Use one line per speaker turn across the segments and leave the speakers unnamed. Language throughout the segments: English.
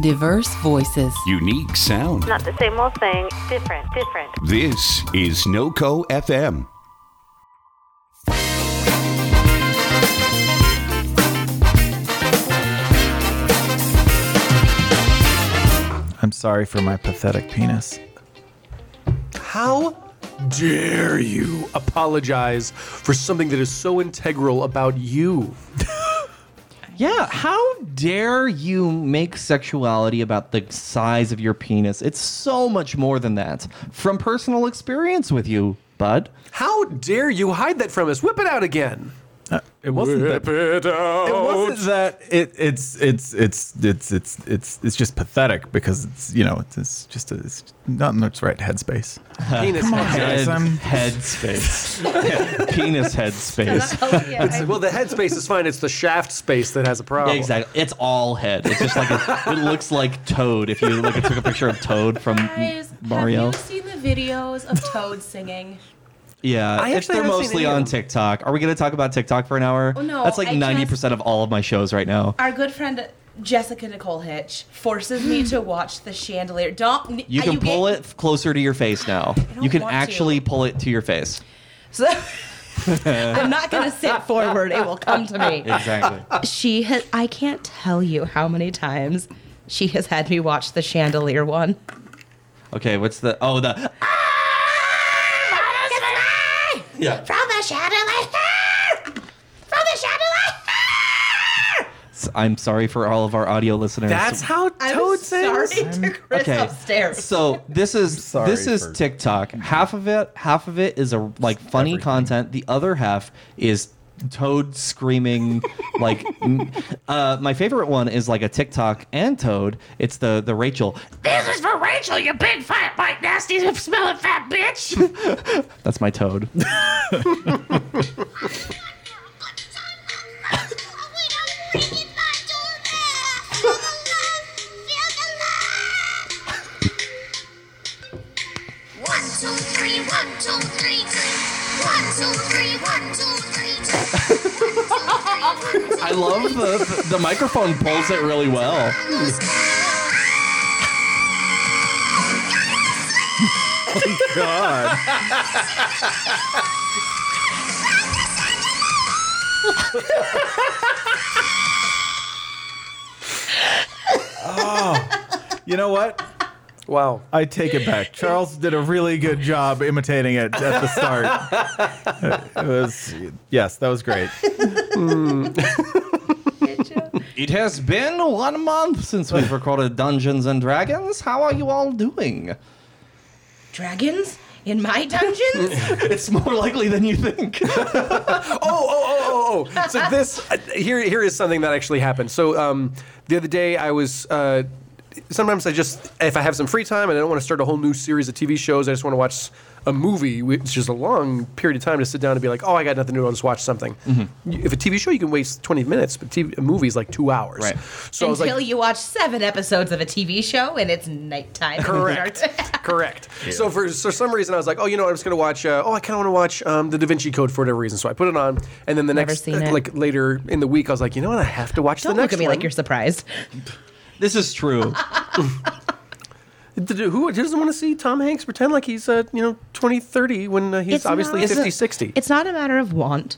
Diverse voices.
Unique sound.
Not the same old thing, different, different.
This is NoCo FM.
I'm sorry for my pathetic penis.
How dare you apologize for something that is so integral about you?
Yeah, how dare you make sexuality about the size of your penis? It's so much more than that. From personal experience with you, bud.
How dare you hide that from us? Whip it out again.
It wasn't that.
it out.
Uh, It wasn't that. It, it's it's it's it's it's it's it's just pathetic because it's you know it's, it's just a, it's not in its right headspace.
Penis headspace.
Guys, I'm-
head space. penis head space.
Well, the headspace is fine. It's the shaft space that has a problem.
exactly. It's all head. It's just like a, it looks like Toad. If you like, took a picture of Toad from
Guys,
mm, Mario.
Have you seen the videos of Toad singing?
Yeah,
I
if
actually
they're
haven't seen
mostly
any of them.
on TikTok. Are we gonna talk about TikTok for an hour?
Oh, no,
That's like
I
ninety
just-
percent of all of my shows right now.
Our good friend Jessica Nicole Hitch forces me to watch the chandelier. Don't uh,
You can pull it f- closer to your face now.
don't
You can
want
actually
to.
pull it to your face.
So, I'm not gonna sit forward. It will come to me.
Exactly.
She has. I can't tell you how many times she has had me watch the chandelier one.
okay, what's the oh the yeah.
Ah, From the chandelier. From the chandelier.
S- I'm sorry for all of our audio listeners.
That's how
I'm
Toad
sorry
sings.
to Chris upstairs.
So this is
sorry
this is
for-
TikTok. Half of it, half of it is a like funny
Everything.
content. The other half is Toad screaming like. m- uh, my favorite one is like a TikTok and Toad. It's the the Rachel.
This is for Rachel, you big fat, white, nasty, smelling fat bitch.
That's my Toad.
One, two, three, one, two, three, three. One, two, three, one, two, three, three. One, two, three, one, two, three.
I love the the microphone pulls it really well.
God. oh, you know what?
Wow.
I take it back. Charles did a really good job imitating it at the start. It was yes, that was great.
It has been one month since we've recorded Dungeons and Dragons. How are you all doing?
Dragons in my dungeons.
It's more likely than you think.
oh, oh, oh, oh, oh. So this uh, here here is something that actually happened. So um, the other day I was. Uh, Sometimes I just, if I have some free time and I don't want to start a whole new series of TV shows, I just want to watch a movie, which is a long period of time to sit down and be like, oh, I got nothing to do, I'll just watch something. You- If a TV show, you can waste 20 minutes, but TV, a movie is like two hours.
Right.
So I was
Until
like,
you watch seven episodes of a TV show and it's nighttime.
Correct. Correct. So for, for some reason, I was like, oh, you know, what? I'm just gonna watch. Uh, oh, I kind of want to watch um, the Da Vinci Code for whatever reason. So I put it on, and then the
Never
next,
seen it.
like later in the week, I was like, you know what, I have to watch
Don't
the
look
next
at me
one.
like you're surprised.
this is true.
D- d- Who doesn't want to see Tom Hanks pretend like he's uh, you know 20, 30 when uh, he's
It's
obviously
not-
50, 60?
It's not a matter of want.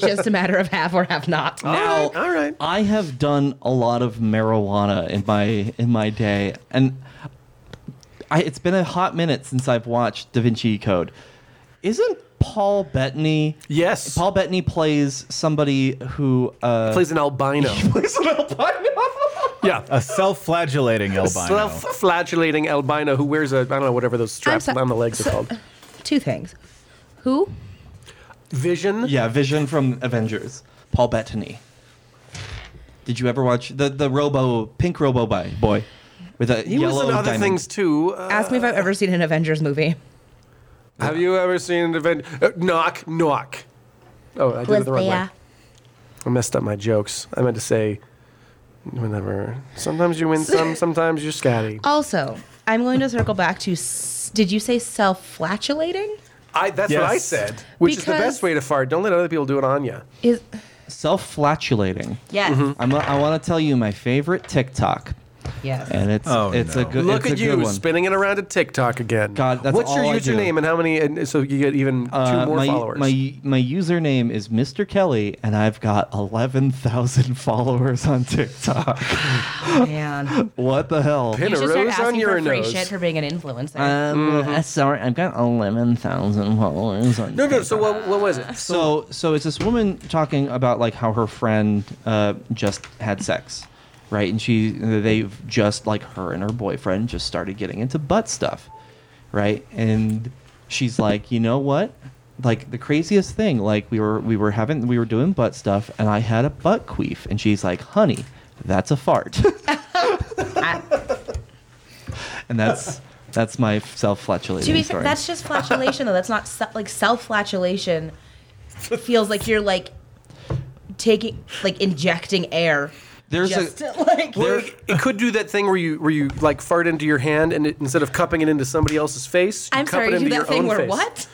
just a matter of have or have not.
Oh.
Now,
All right.
I have done a lot of marijuana in my in my day, and I, it's been a hot minute since I've watched Da Vinci Code. Isn't Paul Bettany?
Yes.
Paul Bettany plays somebody who uh,
plays an albino.
plays an albino.
yeah.
A self-flagellating albino.
Self-flagellating albino who wears a I don't know whatever those straps
so-
on the legs
so-
are called.
Two things. Who?
Vision.
Yeah, Vision from Avengers. Paul Bettany. Did you ever watch the the Robo Pink Robo by boy with a
He
yellow
was in other
diamond?
things too. Uh,
Ask me if I've ever seen an Avengers movie.
Have you ever seen an event? Uh, knock, knock. Oh, I did it the wrong way. I messed up my jokes. I meant to say, whenever. Sometimes you win some, sometimes you're scatty.
Also, I'm going to circle back to. S- did you say self-flatulating?
I, that's what I
Yes.
said, which is the
Because-
best way to fart. Don't let other people do it on you.
Is
Self flatulating.
yes.
Mm-hmm.
I'm, I want to tell you my favorite TikTok.
Yes.
and it's
Oh,
it's a
no.
good
Look
it's
at
a
you
good one.
spinning it around to TikTok again.
God, that's
What's
all
your
I do.
username and how many? And so you get even
Uh,
two more
my,
followers.
My my username is Mr. Kelly, and I've got eleven thousand followers on TikTok.
Man.
what the hell?
Pin
You
a
should start
rose on
asking
your
for free
nose.
shit for being an influencer.
Um, uh, Sorry, I've got eleven thousand followers on.
Mm-hmm. no,
TikTok.
no. So what, what was it?
So so it's this woman talking about like how her friend uh, just had sex, right? And she they've just like her and her boyfriend just started getting into butt stuff, right? And she's like, you know what? Like the craziest thing, like we were we were having we were doing butt stuff, and I had a butt queef, and she's like, honey, that's a fart,
I-
and that's. That's my self-flatulating
to be fair,
story.
that's just flatulation though. That's not se- like self-flatulation. feels like you're like taking like injecting air.
There's
just
a
to, like
Well, it, it could do that thing where you where you like fart into your hand, and it, instead of cupping it into somebody else's face, you
I'm
cup
sorry,
it
you
into
do
your
that thing
own
where
face.
what?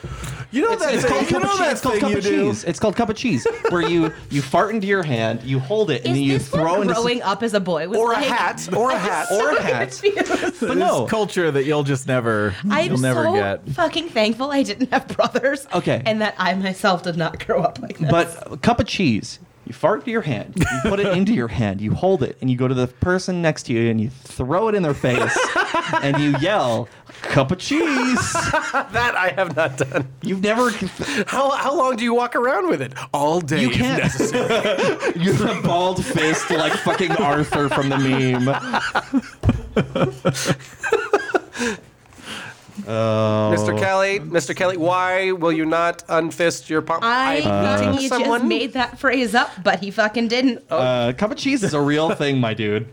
You know that
It's
thing.
called
you
cup of
know
cheese.
that
It's called
thing
cup
you
of
do.
cheese. It's called cup of cheese, where you you fart into your hand, you hold it, and
Is
then you
this what
throw into
growing up as a boy was
Or a
like?
hat. Or a hat.
or a hat.
Confused.
But no,
culture that you'll just never
I'm
you'll never
so
get.
fucking thankful I didn't have brothers.
Okay.
And that I myself did not grow up like this.
but a cup of cheese. You fart to your hand, you put it into your hand, you hold it, and you go to the person next to you and you throw it in their face, and you yell, "Cup of cheese!"
That I have not done.
You've never,
How how long do you walk around with it? All day.
you
if
can't.
necessary.
You're the bald faced like fucking Arthur from the meme.
Mr. Kelly, Mr. Kelly, why will you not unfist your palm?
I
beating
think he just made that phrase up, but he fucking didn't.
Uh, cup of cheese is a real thing, my dude.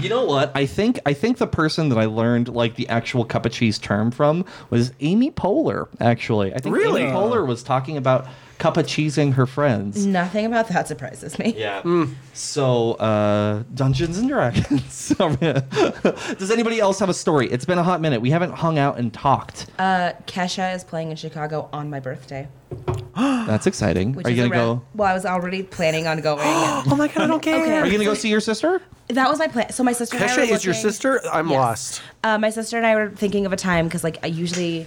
You know what? I think I think the person that I learned like the actual cup of cheese term from was Amy Poehler. Actually, I think
Really?
Amy Poehler was talking about cup of cheesing her friends.
Nothing about that surprises me.
Yeah. So uh, Dungeons and Dragons. Does anybody else have a story? It's been a hot minute. We haven't hung out and talked.
Uh, Kesha is playing in Chicago on my birthday.
That's exciting.
Which
Are you
is
gonna
a ra-
go?
Well, I was already planning on going. and-
Oh my god, I don't care.
Are you gonna go see your sister?
that was my plan. So my sister and I were
Kesha is your
looking-
sister? I'm
Yes.
lost.
Uh, my sister and I were thinking of a time because, like, I usually,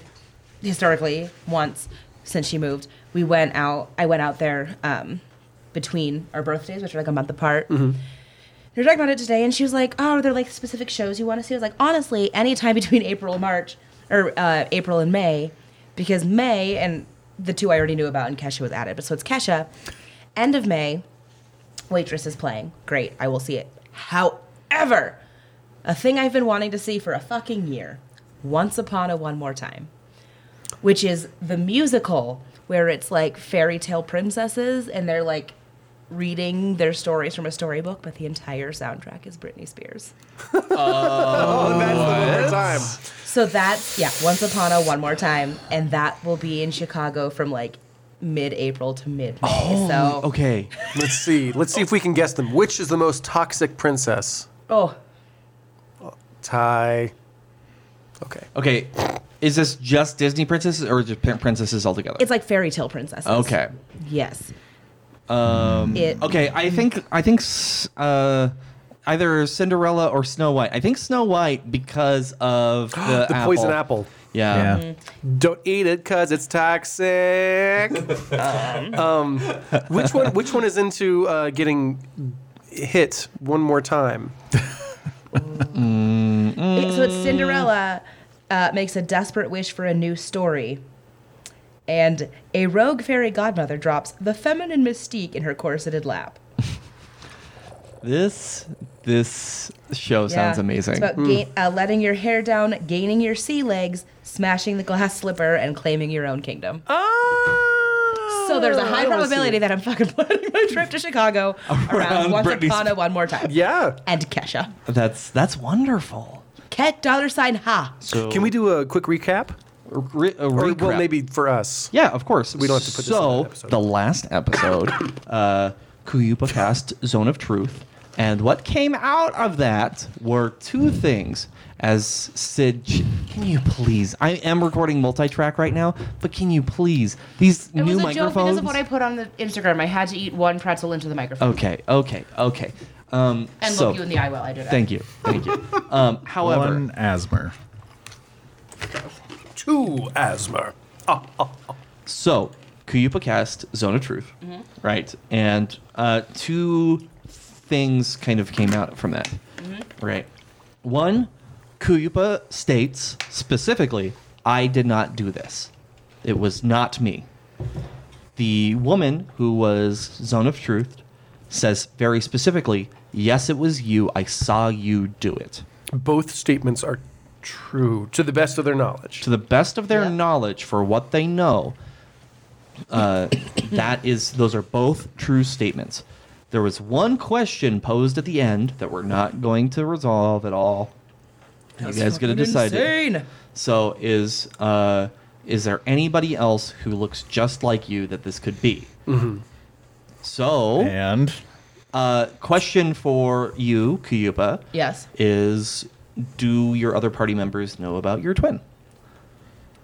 historically, once since she moved, we went out. I went out there um, between our birthdays, which are like a month apart.
Mm-hmm.
We were talking about it today, and she was like, "Oh, are there like specific shows you want to see?" I was like, "Honestly, anytime between April and March, or uh, April and May, because May and the two I already knew about, and Kesha was added. But so it's Kesha. End of May, Waitress is playing. Great, I will see it. However, a thing I've been wanting to see for a fucking year, Once Upon a One More Time, which is the musical where it's like fairy tale princesses and they're like reading their stories from a storybook, but the entire soundtrack is Britney Spears.
Oh, that's the one more time.
So that's, yeah, Once Upon a One More Time. And that will be in Chicago from like mid April to mid May. so,
Oh, Okay.
Let's see. Let's see if we can guess them. Which is the most toxic princess?
oh,
Ty. Okay.
Okay. Is this just Disney princesses or just prin- princesses altogether?
it's like fairy tale princesses.
okay.
Yes. Um, it,
Okay, I think I think s- uh, either Cinderella or Snow White. I think Snow White because of the,
The poison apple.
Yeah.
Mm-hmm.
Yeah.
Don't eat it because it's toxic. um, which one? Which one is into uh, getting hit one more time?
It- so it's
um,
Cinderella uh, makes a desperate wish for a new story, and a rogue fairy godmother drops the feminine mystique in her corseted lap.
This this show sounds
Yeah.
amazing.
It's about
Mm.
ga- uh, letting your hair down, gaining your sea legs, smashing the glass slipper, and claiming your own kingdom.
Ah!
Oh,
So there's a high
I wanna see
probability
it.
that I'm fucking planning my trip to Chicago around,
Around
once
Britney
upon
Sp-
a one more time.
Yeah.
And Kesha.
that's that's wonderful.
Ket dollar sign ha.
So
Can we do a quick recap?
re- a
Or
recap?
well, maybe for us.
Yeah, of course. We
don't have to put this
so,
on that episode.
the last episode, uh, Kuyupa cast Zone of Truth. And what came out of that were two things. As Sid, ch- can you please? I am recording multi-track right now, but can you please? These
It
new
was a joke
microphones.
because of what I put on the Instagram. I had to eat one pretzel into the microphone.
okay, okay, okay. Um,
And
so,
look you in the eye while I do that.
Thank you, thank you. Um, however,
One asthma.
Two asthma.
So, Kuyupa cast Zone of Truth, right? And uh, two things kind of came out from that, right? One, Kuyupa states specifically, I did not do this. It was not me. The woman who was Zone of Truth says very specifically, Yes, it was you. I saw you do it.
Both statements are true to the best of their knowledge.
to the best of their
Yeah.
knowledge for what they know uh, that is those are both true statements there was one question posed at the end that we're not going to resolve at all you guys gonna decide it.
Insane.
so is uh, is there anybody else who looks just like you that this could be so
And
uh, question for you Kuyupa
Yes.
is do your other party members know about your twin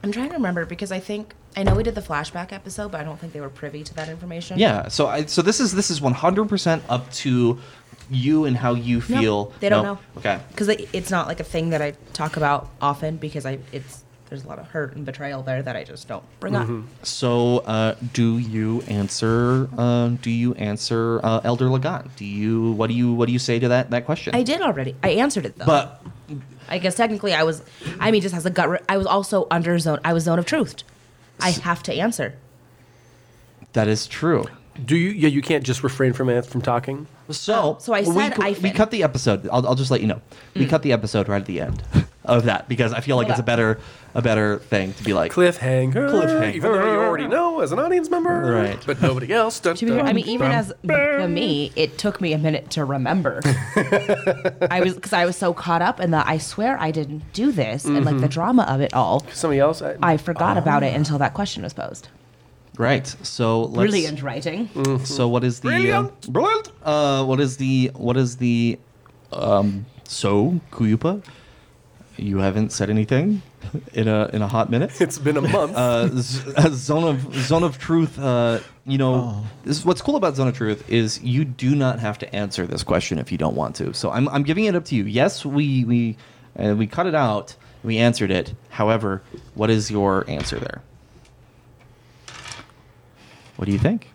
I'm trying to remember because I think I know we did the flashback episode, but I don't think they were privy to that information.
Yeah. So I so this is this is one hundred percent up to you and how you
No,
feel.
they don't
No?
know.
Okay.
because it's not like a thing that I talk about often because I it's there's a lot of hurt and betrayal there that I just don't bring
Mm-hmm.
up.
So uh, do you answer? Uh, do you answer uh, Elder Lagan? Do you what do you what do you say to that that question?
I did already. I answered it though.
But
I guess technically I was. I mean, just as a gut. Re- I was also under zone. I was zone of truth. I have to answer.
that is true.
Do you? Yeah, you can't just refrain from it- from talking.
So
Oh, so I Hmm.
we
said
cu- we,
hyphen.
cut the episode. I'll, I'll just let you know. We cut the episode right at the end of that because I feel like it's a better a better thing to be like.
Cliffhanger.
Cliffhanger.
Even though you already know as an audience member,
Right.
But nobody else. Um, Dun,
To be fair, I
dun,
mean, even
dun.
as for me, it took me a minute to remember. I was because I was so caught up in the. I swear I didn't do this, and like the drama of it all.
somebody else, I,
I forgot about it until that question was posed.
Right. So let's, Mm.
Brilliant writing.
So what is the
Brilliant.
Uh, brilliant? Uh, what is the what is the um, so Kuyupa? You haven't said anything in a in a hot minute.
it's been a month.
Uh, z- uh, zone of zone of truth. Uh, you know, this, what's cool about zone of truth is you do not have to answer this question if you don't want to. So I'm I'm giving it up to you. Yes, we we uh, we cut it out. We answered it. However, what is your answer there? What do you think?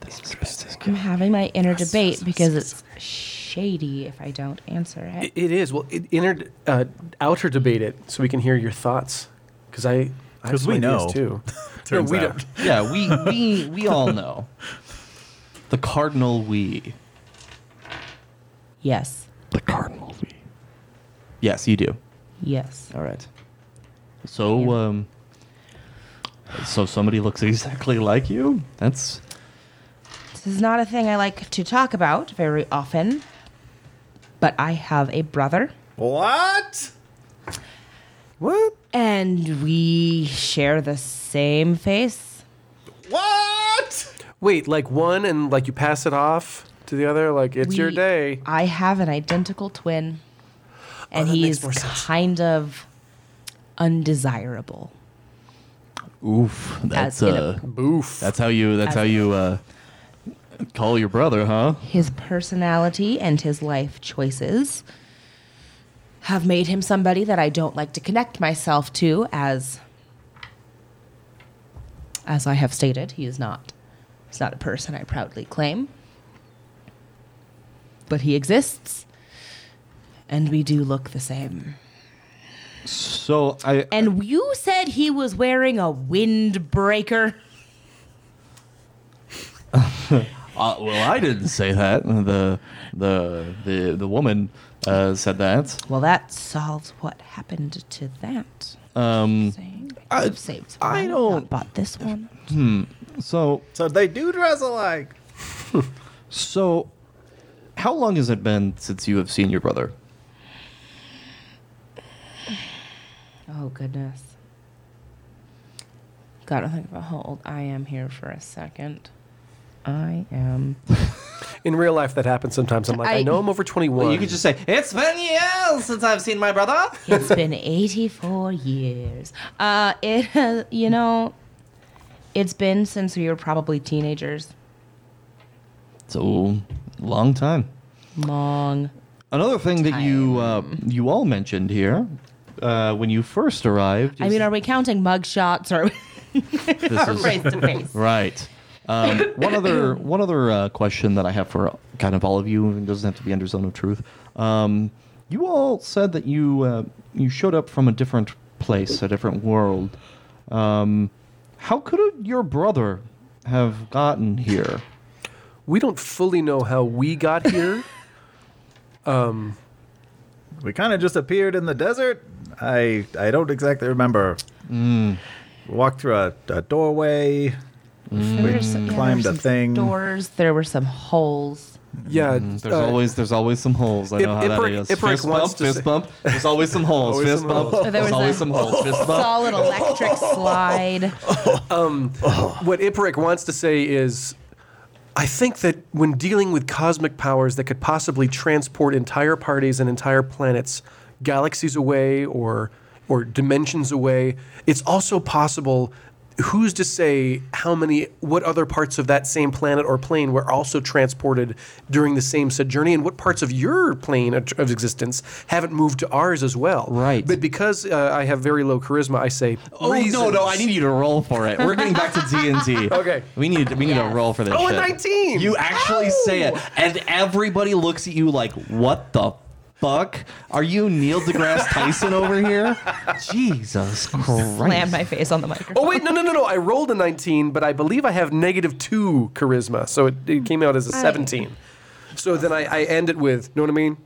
This is
I'm having my inner debate because it's shady if I don't answer
It-
it.
it is. Well, it, inner, uh, outer debate it so we can hear your thoughts. Because I, I have
'Cause
some
we
ideas,
know.
too.
Turns
we
out.
don't.
Yeah, we we we all know. The cardinal we.
Yes.
The cardinal we. Yes, you do.
Yes.
All right. So um so somebody looks exactly like you? That's
This is not a thing I like to talk about very often, but I have a brother.
What?
What?
And we share the same face.
What?
Wait, like one and like you pass it off to the other. Like it's your
We-
day. Oh,
I have an identical twin, and
that makes
he's
more sense.
kind of undesirable.
oof.
As in a-
Boof.
uh, that's how you that's how you uh call your brother, huh?
His personality and his life choices have made him somebody that I don't like to connect myself to as as I have stated, he is not he's not a person I proudly claim. But he exists and we do look the same.
So I
And you said he was wearing a windbreaker.
uh, well I didn't say that. The the the the woman uh, said that.
Well, that solves what happened to that.
Um
Saying,
I-
I've saved
I
mine, not
don't-
bought this one.
so
So they do dress alike.
So, how long has it been since you have seen your brother?
Oh goodness. Gotta think about how old I am here for a second. I am.
In real life, that happens sometimes. I'm like, I,
I-
know I'm over 21.
you could just say, It's been years since I've seen my brother.
It's been 84 years. Uh, it has, you know, it's been since we were probably teenagers.
So, long time.
long.
Another thing that you uh, you all mentioned here uh, when you first arrived. Is
I mean, are we counting mug shots or
this is-
face to face?
Right. Um, one other one other uh, question that I have for kind of all of you, and it doesn't have to be under zone of truth. Um, you all said that you uh, you showed up from a different place, a different world. Um, how could your brother have gotten here?
We don't fully know how we got here.
We kind of just appeared in the desert. I I don't exactly remember. Mm. Walked through a, a doorway.
There were Mm. some- yeah, there
climbed
were
a
some
thing.
Doors. There were some holes.
yeah,
Mm, There's
uh,
always there's always some holes. I
Ip-
know how that
Iperic-
is.
Iperic wants
Fist bump,
to
fist
say-
bump. There's always some holes.
Always
fist
some
bump.
holes.
Oh, There
There's
was
always
a
some holes. Fist bump.
Solid electric slide.
what Iperic wants to say is I think that when dealing with cosmic powers that could possibly transport entire parties and entire planets galaxies away or or dimensions away, it's also possible who's to say how many what other parts of that same planet or plane were also transported during the same said journey and what parts of your plane of of existence haven't moved to ours as well
Right.
but because uh, i have very low charisma i say
Oh no, no! I
reasons.
need you to roll for it. We're getting back to D and D.
Okay.
We need we need a roll for this.
Oh, a
shit.
19!
You actually say it, and everybody looks at you like, "What the fuck? Are you Neil deGrasse Tyson over here?" Jesus
Slammed
Christ!
my face on the microphone.
Oh wait, no, no, no, no! I rolled a 19, but I believe I have negative two charisma, so it, it came out as a 17. So then I, I end it with, know what I mean?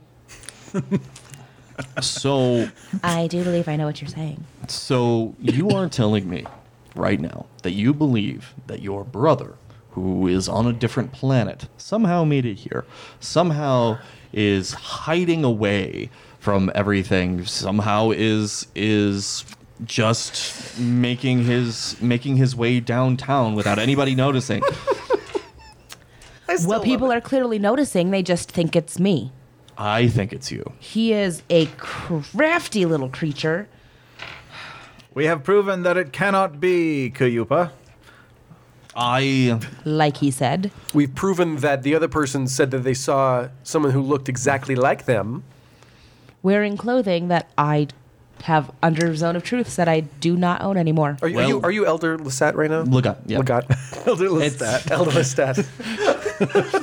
So,
I do believe I know what you're saying.
so you are telling me right now that you believe that your brother, who is on a different planet, somehow made it here, somehow is hiding away from everything, somehow is is just making his making his way downtown without anybody noticing.
Well, people are clearly noticing. They just think it's me.
I think it's you.
He is a crafty little creature.
We have proven that it cannot be Kuyupa.
I
like he said.
We've proven that the other person said that they saw someone who looked exactly like them.
Wearing clothing that I have under zone of truth said I do not own anymore.
Are you, are, you,
Well-
are you Elder Lestat right now?
Legat, yeah.
Legat. Elder
Lestat.
Elder Lestat.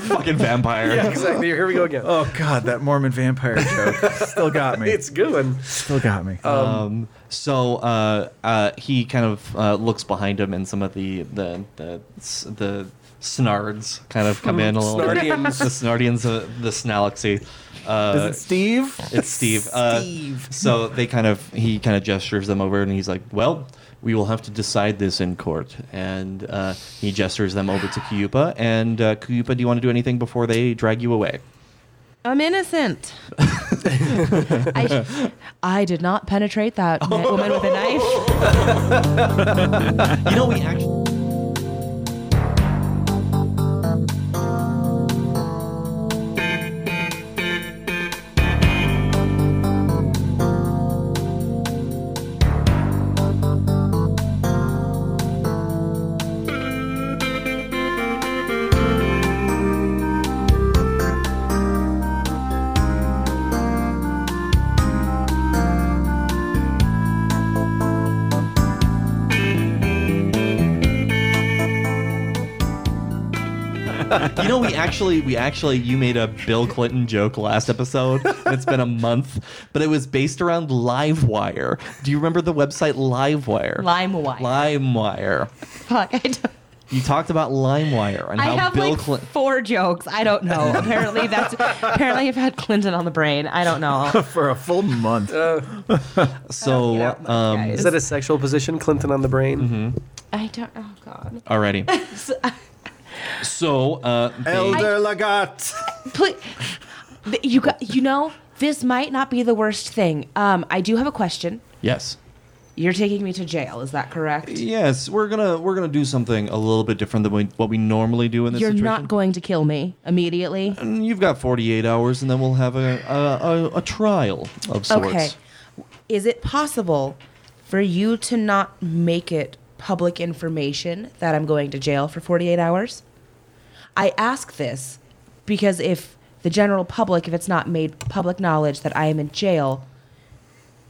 fucking vampire.
yeah, exactly. Here we go again.
Oh God, that Mormon vampire joke still got me.
It's a good one.
still got me.
Um, so uh, uh, he kind of uh, looks behind him, and some of the the the, s- the snards kind of come in a little. bit.
Snardians.
the snardians, uh, the snalaxy. Uh,
Is it Steve?
it's Steve. Uh, Steve. So they kind of he kind of gestures them over, and he's like, "Well, we will have to decide this in court." And uh, he gestures them over to Kuyupa. And uh, Kuyupa, do you want to do anything before they drag you away?
I'm innocent. I, I did not penetrate that ma- woman with a knife.
You know, we actually. You know, we actually, we actually, you made a Bill Clinton joke last episode. And it's been a month, but it was based around LiveWire. Do you remember the website LiveWire?
LimeWire.
LimeWire.
Fuck, I, don't,
You talked about LimeWire and
I
how
have
Bill
like
Clinton.
four jokes. I don't know. Apparently that's apparently I've had Clinton on the brain. I don't know.
For a full month.
So,
get out much,
um,
guys.
Is that a sexual position, Clinton on the brain?
Mm-hmm.
I don't. Oh God.
uh, alrighty. so, uh, they-
Elder Lagat.
Please, you got. You know, this might not be the worst thing. Um, I do have a question.
yes.
You're taking me to jail. Is that correct?
Yes, we're gonna we're gonna do something a little bit different than we, what we normally do in this
You're
situation.
not going to kill me immediately.
You've got 48 hours, and then we'll have a a, a, a trial of sorts.
Okay. Is it possible for you to not make it public information that I'm going to jail for 48 hours? I ask this because if the general public if it's not made public knowledge that I am in jail.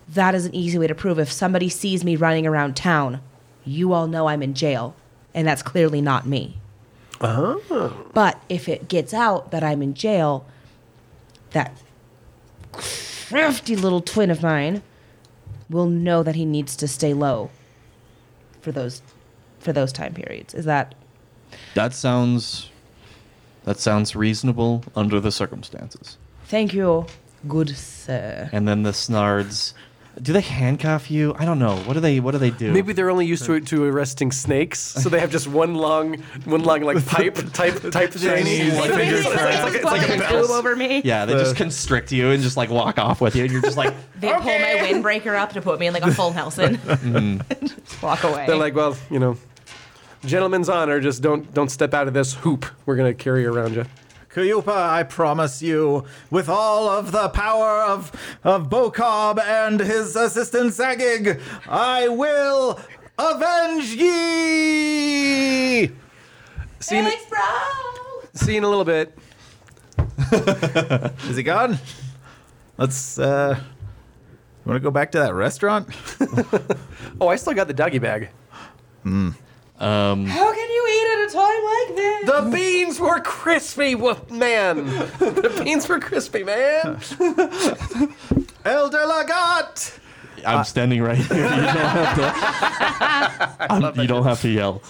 That is an easy way to prove if somebody sees me running around town, you all know I'm in jail, and that's clearly not me.
Uh-huh.
But if it gets out that I'm in jail, that crafty little twin of mine will know that he needs to stay low for those for those time periods. Is that
That sounds that sounds reasonable under the circumstances.
thank you, good sir.
And then the snards do they handcuff you? I don't know. What do they what do they do?
Maybe they're only used to to arresting snakes, so they have just one long, one long like pipe type type thing.
Chinese
Like,
fingers
it's like- it's like- it's like a
Bugs
bell.
flew over me.
yeah, they just constrict you and just like walk off with you and you're just like
They pull my windbreaker up to put me in like a full Nelson. Just walk away.
Mm. They're like, well, you know, gentleman's honor. Just don't don't step out of this hoop. We're gonna carry around you.
Kuyupa, I promise you, with all of the power of of Bokob and his assistant Zagig, I will avenge ye.
See,
Eh?
you- see you in a little bit.
Is he gone? Let's. uh You want to go back to that restaurant?
Oh, I still got the doggy bag.
How can you eat at a time like this?
The beans were crispy, wo- man. the beans were crispy, man.
Elder Lagat.
I'm standing right here. You don't have to I'm- you don't have to yell.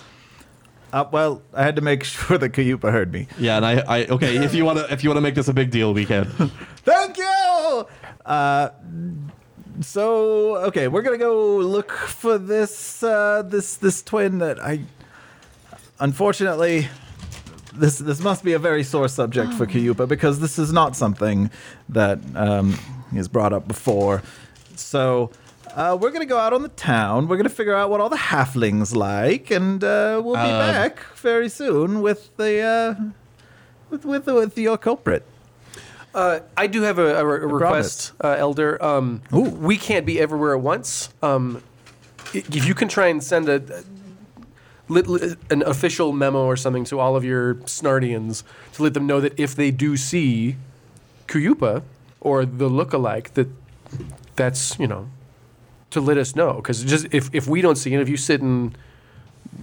Uh, well, I had to make sure that Kuyupa heard me.
Yeah, and I, I okay, if you wanna if you wanna make this a big deal, we can.
Thank you. Uh, so okay, we're gonna go look for this uh, this this twin that I. Unfortunately, this this must be a very sore subject for Kiyupa because this is not something that um, is brought up before. So. Uh, we're gonna go out on the town. We're gonna figure out what all the halflings like, and uh, we'll be back very soon with the uh, with, with with your culprit.
Uh, I do have a, a re- a request, uh, Elder. Um, we can't be everywhere at once. Um, i- if you can try and send a, lit- lit- an official memo or something to all of your Snardians to let them know that if they do see Kuyupa or the lookalike, that that's you know to let us know because just if, if we don't see it, if you sit in,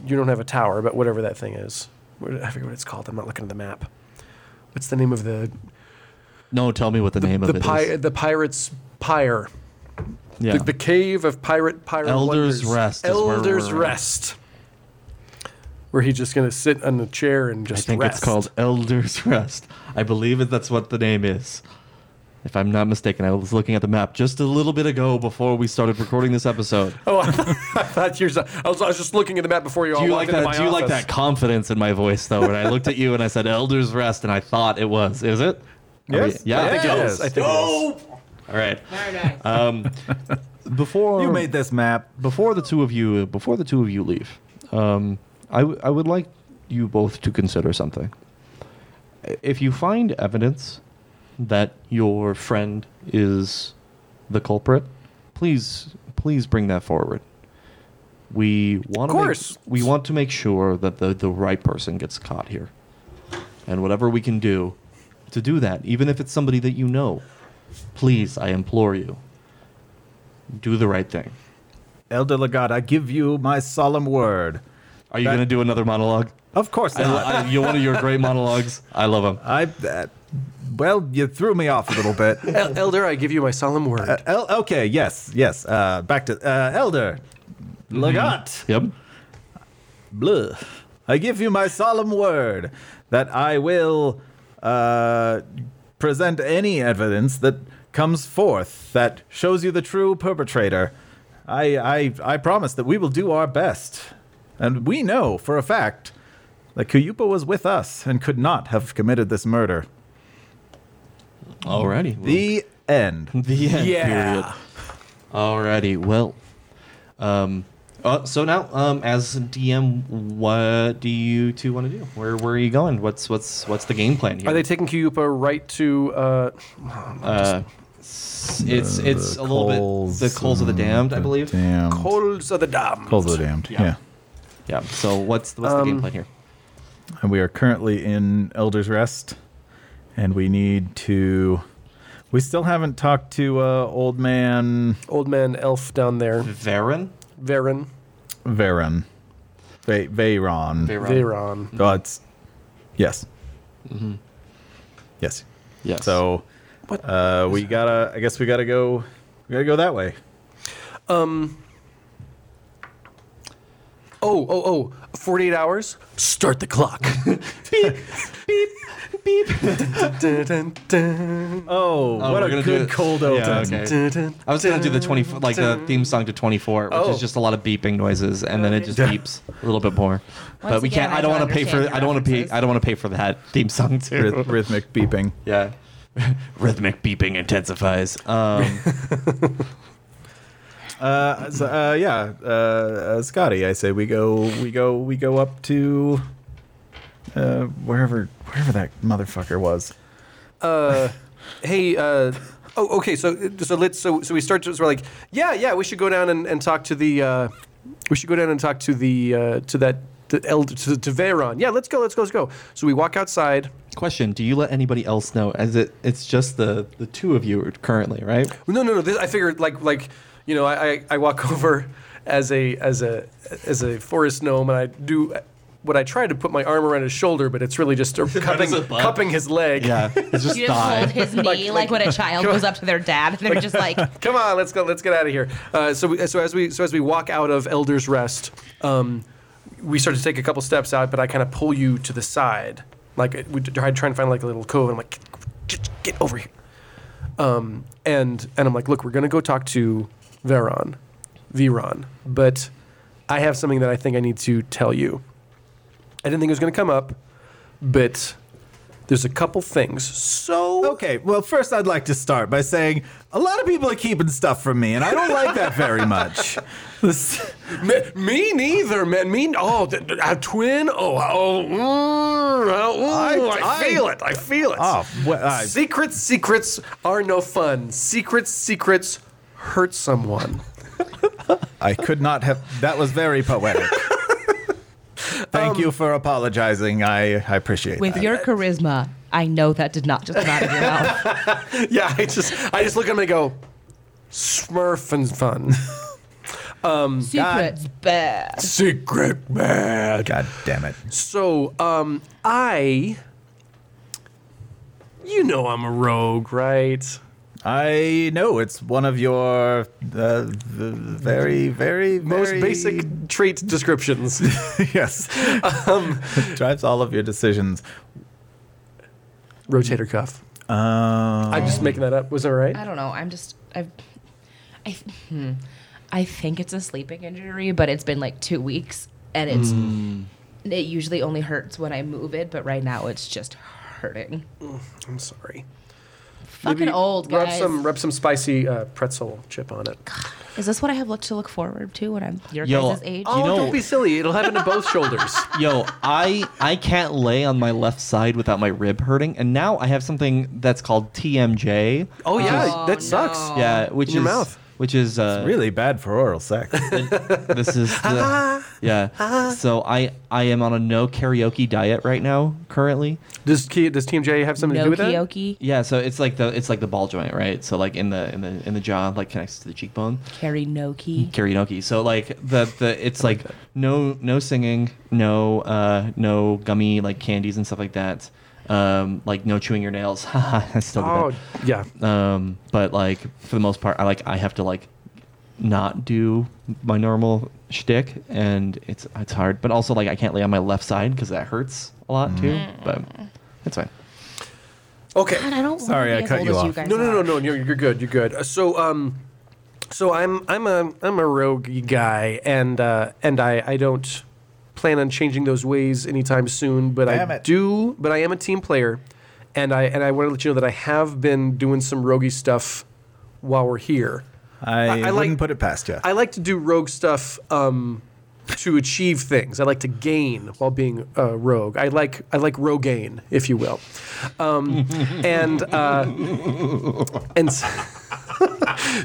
you don't have a tower, but whatever that thing is, What- I forget what it's called. I'm not looking at the map. What's the name of the
No, tell me what the, name of
the
it is.
pi- the pirates pyre
Yeah.
the, the cave of pirate pyre
Elder's
wonders.
Rest is where we're
elders
at.
rest where he's just gonna sit on a chair and
I
just
think
rest.
it's called Elder's Rest. I believe it- that's what the name is. If I'm not mistaken, I was looking at the map just a little bit ago before we started recording this episode.
Oh, I thought you were, I, was, I was just looking at the map before you all
do you
walked
like
into
that?
my
Do you like
office.
that confidence in my voice though? When I looked at you and I said Elder's Rest, and I thought it was. Is it? Are
Yes.
We, yeah.
I think it is. I think it
Oh,
is.
All right. Um, before
You made this map.
before the two of you before the two of you leave, um, I w- I would like you both to consider something. If you find evidence that your friend is the culprit, please please bring that forward. We want
Of
to make-
course.
we want to make sure that the, the right person gets caught here. And whatever we can do to do that, even if it's somebody that you know, please, I implore you, do the right thing.
Elder Legat, I give you my solemn word.
Are you
That-
going to do another monologue?
Of course
I,
not.
I, you're one of your great monologues. I love them.
I, uh, well, you threw me off a little bit. Uh,
El- Elder, I give you my solemn word.
Uh,
El, okay, yes, yes. Uh, back to uh, Elder Legat.
Yep.
Blah. I give you my solemn word that I will uh, present any evidence that comes forth that shows you the true perpetrator. I, I, I promise that we will do our best. And we know for a fact that Kuyupa was with us and could not have committed this murder.
Alrighty. Well,
The end.
the end
Yeah.
period. Alrighty. Well, um, uh, so now, um, as DM, what do you two want to do? Where Where are you going? What's What's What's the game plan here?
Are they taking Kuyupa right to? Uh,
uh, s- it's It's a little bit the coals of the damned, I believe.
Damned.
Coals of the Dam.
Coals of the damned. Yeah.
Yeah. So what's What's the game plan here?
And we are currently in Elder's Rest, And we need to. We still haven't talked to uh, old man
Old man elf down there.
Varen?
Varen.
Varen. Va- Veyron.
Varen.
Oh, it's yes, yes.
Mm-hmm. Yes.
So, uh, we gotta. I guess we gotta go. We gotta go that way.
Oh, oh, oh. 48 hours? Start the clock.
beep.
Dun, dun, dun,
Oh,
Oh,
what
we're
a
gonna do
good
it-
cold
yeah,
open.
okay.
dun, dun.
I was gonna do the twenty, like the theme song to twenty four, which
Oh.
is just a lot of beeping noises, and then it just beeps a little bit more. but we
again,
can't.
I
I don't
don't
want to pay for.
understand
I don't want to pay.
references.
I don't want to pay for that theme song too.
Ryth- rhythmic beeping.
yeah, rhythmic beeping intensifies. Um,
Uh, so, uh, yeah, uh, uh, Scotty, I say we go, we go, we go up to uh, wherever, wherever that motherfucker was.
hey uh oh okay so so let's so so we start to so we're like yeah yeah we should go down and, and talk to the uh we should go down and talk to the uh to that the elder to, to Veyron. yeah let's go let's go let's go so we walk outside
question: Do you let anybody else know? As it, it's just the the two of you currently, right?
no no no this, i figured like like you know I, I i walk over as a as a as a forest gnome and i do what i try to put my arm around his shoulder but it's really just a cupping
a bug.
cupping his leg
Yeah, it's just
You just
die.
hold his knee
like-
like, when a child goes up to their dad, and they're just like,
Come on, let's go. Let's get out of here. Uh, so, we, so as we so as we walk out of Elder's Rest, um, we start to take a couple steps out, but I kind of pull you to the side, like uh, we try try and find like a little cove. And I'm like, just get over here. Um, and and I'm like, look, we're gonna go talk to Veron, Veron, but I have something that I think I need to tell you. I didn't think it was gonna come up, but there's a couple things. So
Okay, well, first I'd like to start by saying a lot of people are keeping stuff from me, and I don't like that very much. This-
Me, me neither, man. Me, oh, th- th- a twin. Oh, oh, mm, oh, I,
I-
feel it. I feel it.
Oh, well, I-
secrets, secrets are no fun. Secrets, secrets hurt someone.
I could not have. That was very poetic. Thank you for apologizing. I, I appreciate
with
that.
your charisma, I know that did not just come out of your mouth.
yeah, I just, I just look at him and I go, Smurf and fun.
Secrets bad.
Secret man.
God damn it.
So, um, I, you know, I'm a rogue, right?
I know it's one of your uh, v- very, very,
Most
very-
basic trait descriptions.
yes,
Um,
It drives all of your decisions.
Rotator cuff.
Uh,
I'm just making that up. Was that right?
I don't know. I'm just I, I, hmm, I think it's a sleeping injury, but it's been like two weeks, and it's it usually only hurts when I move it, but right now it's just hurting.
I'm sorry.
Fucking old
rub
guys.
Some, rub some spicy uh, pretzel chip on it.
Is this what I have looked to look forward to when I'm your
Yo,
guys' age?
You
oh,
know-
don't be silly. It'll happen to both shoulders.
Yo, I I can't lay on my left side without my rib hurting, and now I have something that's called TMJ.
Oh, yeah.
Oh,
that sucks.
no.
Yeah, which
In your
is
mouth.
which is uh,
really bad for oral sex.
this is the, yeah. So I I am on a no karaoke diet right now currently.
Does, Ki- does Team J have something to do
no
with that?
karaoke,
Yeah, so it's like the it's like the ball joint, right? So like in the in the in the jaw, like connects to the cheekbone.
carry no key.
Karaoke. So like the the it's like no no singing, no uh no gummy like candies and stuff like that. Um, like no chewing your nails. I still do
Oh,
that.
yeah.
um but like for the most part i like i have to like not do my normal shtick and it's it's hard but also like i can't lay on my left side because that hurts a lot too
Mm.
but it's fine
Okay.
God, I don't
Sorry, I
want to
cut
be as old
you
as you
off.
guys.
No, no, no,
are.
no. You're, you're good. You're good. Uh, So, um, so I'm I'm a I'm a rogue guy, and uh, and I I don't plan on changing those ways anytime soon. But
Damn
I
it.
do. But I am a team player, and I and I want to let you know that I have been doing some roguey stuff while we're here.
I,
I like-
wouldn't put it past you.
I like to do rogue stuff um, to achieve things. I like to gain while being uh, rogue. I like I like rogaine, if you will, um, and uh, and. s-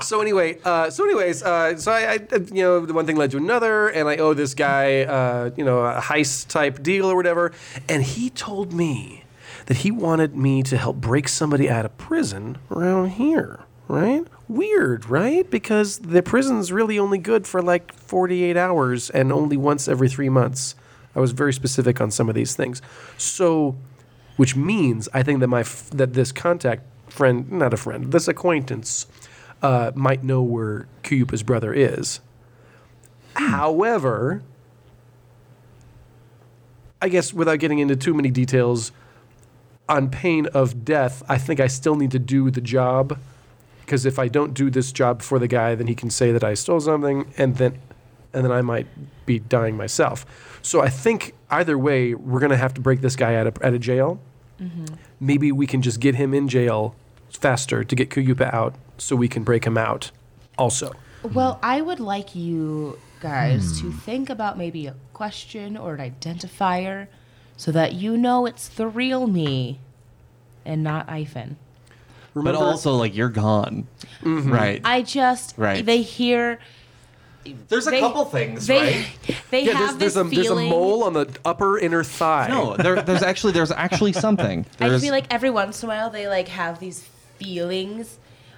So anyway, uh, so anyways, uh, so I, I, you know, the one thing led to another, and I owe this guy, uh, you know, a heist type deal or whatever, and he told me that he wanted me to help break somebody out of prison around here, right? Weird, right? Because the prison's really only good for like 48 hours and only once every three months. I was very specific on some of these things. So, which means I think that my f- that this contact friend, not a friend, this acquaintance, uh, might know where Cuyupa's brother is. However, I guess without getting into too many details, on pain of death, I think I still need to do the job. Because if I don't do this job for the guy, then he can say that I stole something, and then, and then I might be dying myself. So I think either way, we're gonna have to break this guy out of out of jail. Maybe we can just get him in jail faster to get Kuyupa out, so we can break him out. Also,
Well, I would like you guys
Hmm.
to think about maybe a question or an identifier so that you know it's the real me and not Ifen.
remember,
But also, like, you're gone. Right.
I just
Right.
they hear
there's a
they-
couple things,
they
right?
they
yeah,
have
there's, there's a
this
there's a
feeling
mole on the upper inner thigh.
No, there, there's actually there's actually something.
I
There's-
just feel like every once in a while they like have these feelings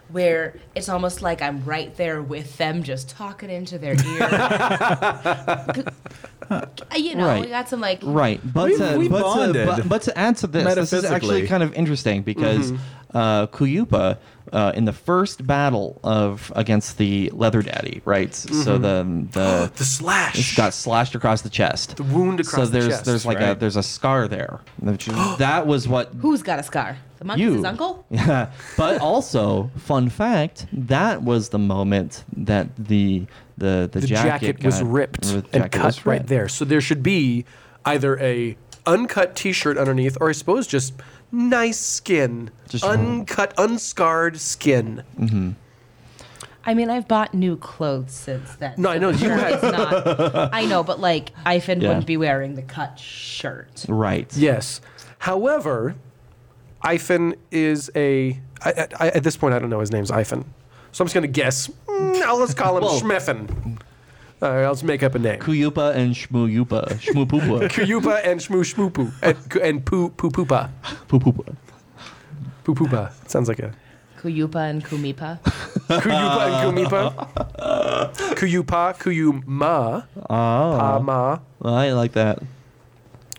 where it's almost like I'm right there with them, just talking into their ear. you know,
Right.
we got some like
Right, but
We-
to,
we
but, to,
bonded
but, but to add to this, this is actually
metaphysically.
kind of interesting because
Mm-hmm.
uh, Kuyupa, uh, in the first battle of against the Leather Daddy, right? S- So the the
Mm-hmm. Oh, the slash.
got slashed across the chest. The
wound across
so
the
there's
chest,
there's like a
right.
there's a scar there. which is- that was what
Who's got a scar? The monkey's
you
his uncle?
Yeah, but also fun fact that was the moment that the the the,
the jacket, was
got-
ripped
the
and
jacket was
cut right
ripped.
there. So there should be either a uncut T-shirt underneath, or I suppose just nice skin,
Just-
uncut, unscarred skin.
I mean, I've bought new clothes since then.
No, I know,
so
you
sure
had-
it's not. I know, but like, Ifan
Yeah.
wouldn't be wearing the cut shirt.
Right.
Yes. However, Ifan is a. I, I, I- at this point, I don't know his name's Ifan, so I'm just gonna guess. Now let's call him
Well-
Schmeffen. Uh, let's make up a name.
Kuyupa and Shmuyupa. Shmupupa.
Kuyupa and Shmoo Shmoopu and, and Poo Poo Poopa.
Pupupa.
Poo Poopa. Sounds like a
Kuyupa and Kumipa.
Kuyupa and Kumipa. Kuyupa, Kuyuma,
Oh,
Ama,
I like that.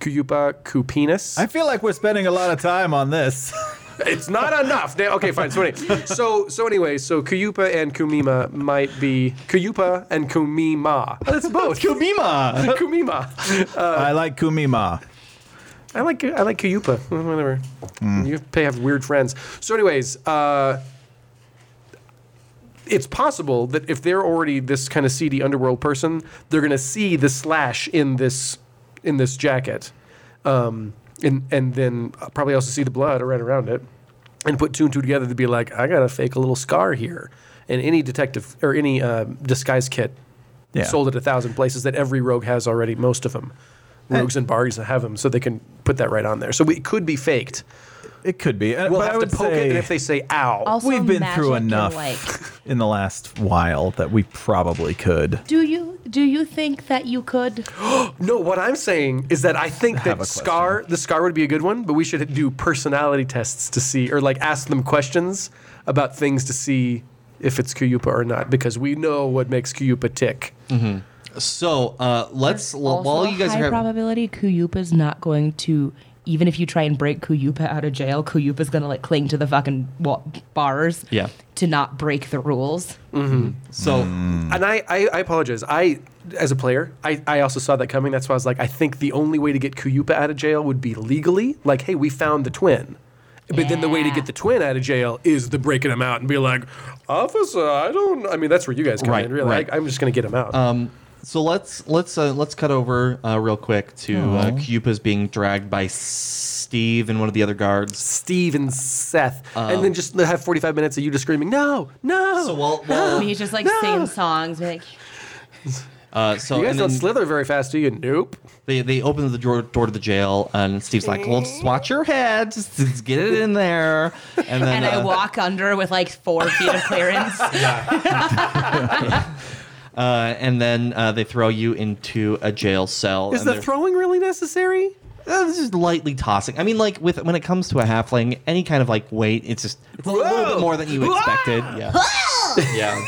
Kuyupa, Kupenis.
I feel like we're spending a lot of time on this.
It's not enough. Now- okay, fine. So anyway, so so anyway, so Kuyupa and Kumima might be Kuyupa and Kumima. Oh, That's both.
Kumima.
Kumima.
I like Kumima.
I like I like Kuyupa. Mm, Whatever. You pay have weird friends. So, anyways, uh, it's possible that if they're already this kind of seedy underworld person, they're gonna see the slash in this in this jacket, um, and and then probably also see the blood right around it, and put two and two together to be like, I gotta fake a little scar here. And any detective or any uh, disguise kit
Yeah.
sold at a thousand places that every rogue has already, most of them.
Uh,
Rogues and bards have them, so they can put that right on there. So we- it could be faked.
It could be. uh,
We'll
but I
have to
would
poke it,
say
and if they say "ow,"
Also,
we've been
magic
through
and,
enough
Like,
in the last while that we probably could.
do you do you think that you could?
no. What I'm saying is that I think
have a
that
question.
scar, the scar would be a good one, but we should do personality tests to see, or like ask them questions about things to see if it's Kuyupa or not, because we know what makes Kuyupa tick.
So uh, let's
Also,
while you guys
high
are
probability Kuyupa's not going to. Even if you try and break Kuyupa out of jail, Kuyupa's gonna like cling to the fucking wa- bars.
Yeah.
To not break the rules.
so
And I, I, I apologize. I, as a player, I, I also saw that coming. That's why I was like, I think the only way to get Kuyupa out of jail would be legally. Like, hey, we found the twin. But then the way to
Yeah.
get the twin out of jail is the breaking him out and be like, officer, I don't. I mean, that's where you guys come
Right,
in. Really,
right.
I, am just gonna get him out.
so let's let's uh, let's cut over uh, real quick to uh, Kuyupa's being dragged by Steve and one of the other guards.
Steve and Seth, and then just have 45 minutes of you just screaming, no, no.
Oh. So while, while
He's just like
No.
singing songs, like
uh, so
you guys
and
don't
then
slither very fast, do you? Nope.
they they open the door, door to the jail and Steve's like, "Well, just watch your head, just, just get it in there." And then
and I
uh,
walk under with like four feet of clearance.
uh, and then uh, they throw you into a jail cell.
Is
and
the
they're-
throwing really necessary?
Uh, this is lightly tossing. I mean, like with when it comes to a halfling, any kind of like weight, it's just it's a little bit more than you expected. Yeah. yeah.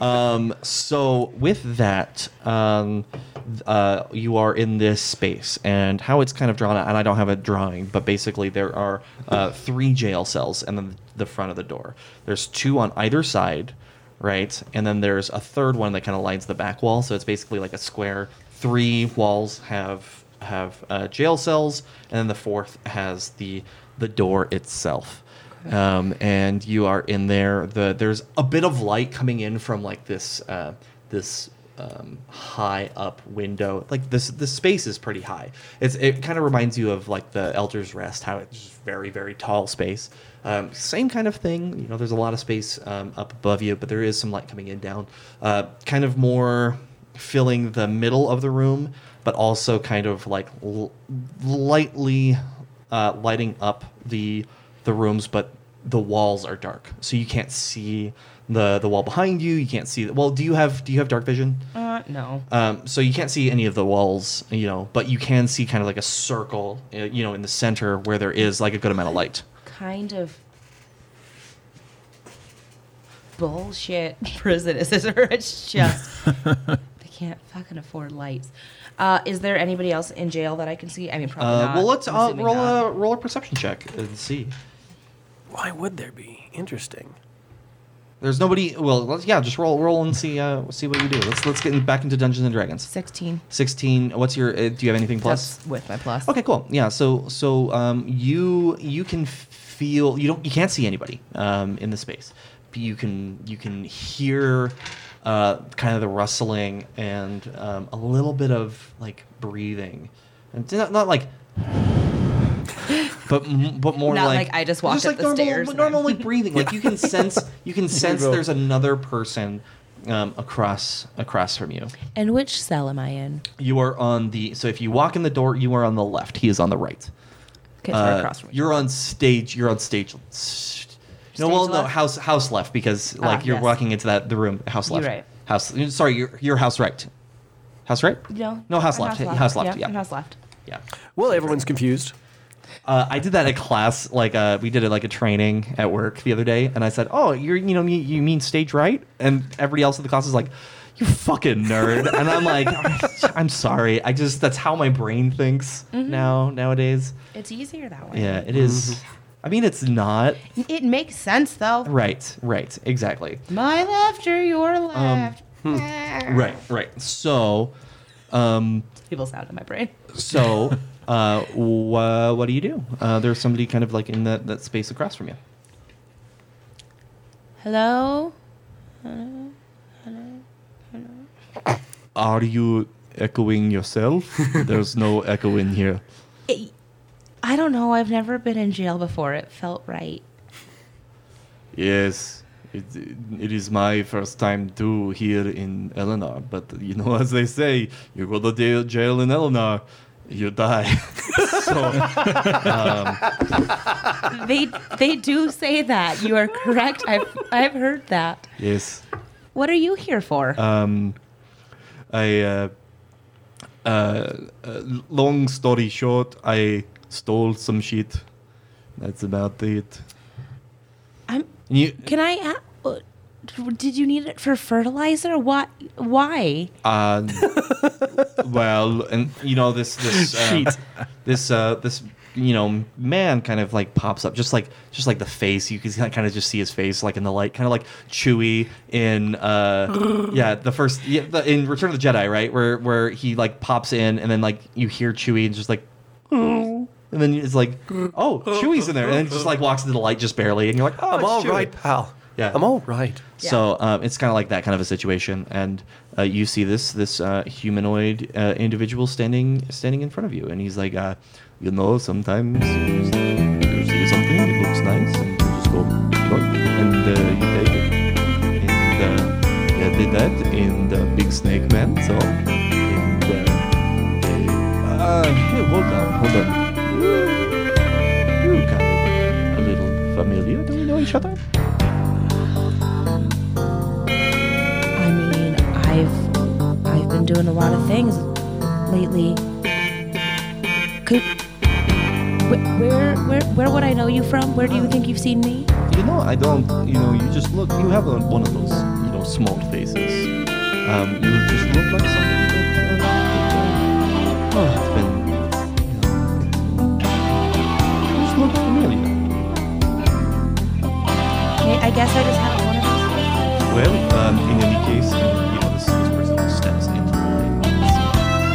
um, so with that, um, th- uh, you are in this space, and how it's kind of drawn out, and I don't have a drawing, but basically there are uh, three jail cells, and then the front of the door. There's two on either side, right, and then there's a third one that kind of lines the back wall. So it's basically like a square. Three walls have have uh, jail cells, and then the fourth has the the door itself um, and you are in there. The there's a bit of light coming in from like this uh, this um, high up window. Like this the space is pretty high. It's it kind of reminds you of like the Elder's Rest, how it's just very very tall space. Um, same kind of thing. You know, there's a lot of space um, up above you, but there is some light coming in down. Uh, kind of more filling the middle of the room, but also kind of like l- lightly uh, lighting up the the rooms, but the walls are dark, so you can't see the the wall behind you. You can't see. The, well, do you have do you have dark vision?
Uh, no.
Um, so you can't see any of the walls, you know, but you can see kind of like a circle, uh, you know, in the center where there is like a good amount of light.
kind of bullshit prison is this or it's just they can't fucking afford lights uh, is there anybody else in jail that i can see i mean probably
Uh,
not.
well, let's
I'm
uh,
assuming
roll
not.
a roll a perception check and see.
Why would there be? Interesting.
There's nobody. Well, let's, yeah, just roll roll and see uh, see what you do. Let's let's get in- back into Dungeons and Dragons.
16
Sixteen. What's your? Uh, do you have anything plus?
That's with my plus
Okay, cool. Yeah, so so um, you you can feel you don't you can't see anybody um, in the space, but you can you can hear uh, kind of the rustling and um, a little bit of like breathing, and it's not, not like. But m- but more
Not
like,
like I just walked up the
normal,
stairs and
Normal
I'm-
like breathing, like you can sense you can sense
both.
there's another person um, across across from you.
and which cell am i in
You are on the so if you walk in the door, you are on the left. He is on the right.
okay so
Uh,
we're across from each
you're
other.
on stage. You're on stage. st- no,
Stage
well, no,
left? Ah,
house house left because like you're
yes.
walking into that the room house
You're
left.
right.
House. Sorry, your your house right. House right?
no
No, house
I'm
left. House left.
I'm
Yeah.
house left
Yeah.
Well, everyone's confused.
Uh, I did that at class. Like uh, we did it like a training at work the other day, and I said, "Oh, you're you know you, you mean stage right?" And everybody else in the class is like. You fucking nerd, and I'm like, I'm sorry. I just that's how my brain thinks
Mm-hmm.
now nowadays.
it's easier that way
Yeah, it is- I mean, it's not
it makes sense though
Right, right, exactly.
my left or your left
Um, hmm. Right, right. So, um,
people sound in my brain
so, uh, wha what do you do? Uh, there's somebody kind of like in that, that space across from you.
hello
Are you echoing yourself? there's no echo in here.
It, I don't know. I've never been in jail before. It felt right.
Yes, it, it is my first time too here in Eleanor. But you know, as they say, you go to jail, jail in Eleanor, you die. so.
They they do say that. You are correct. I've I've heard that.
Yes.
What are you here for?
um, I, uh, uh, uh, long story short, I stole some shit. That's about it.
I'm.
You,
Can I? a- uh, Did you need it for fertilizer? What? Why?
uh, well, and you know this this uh, this uh, this you know man kind of like pops up just like just like the face you can kind of just see his face like in the light kind of like Chewy in uh yeah the first yeah the, in Return of the Jedi right where where he like pops in and then like you hear Chewy and just like and then it's like oh Chewie's in there and then just like walks into the light just barely and you're like oh
I'm
it's
all
Chewie.
right, pal.
Yeah.
I'm all right.
So um, it's kind of like that kind of a situation, and uh, you see this this uh, humanoid uh, individual standing standing in front of you, and he's like, uh, you know, sometimes you see something, it looks nice, and you just go, "Look," and uh, you take it, and uh, yeah, I did that in the Big Snake Man. So, and uh, uh, hey, hold on, hold on, you, you kind of a little familiar. Do we know each other?
I mean, I've I've been doing a lot of things lately. Could wh- where where where would I know you from? Where do you think you've seen me?
You know, I don't. You know, you just look. You have a, one of those, you know, small faces. Um, you just look like somebody that. Uh, that, uh, oh, it's been. You know, you just look familiar.
Okay, I guess I just haven't one of those.
Well, um, in any case, you know, this, this person steps into the light. You see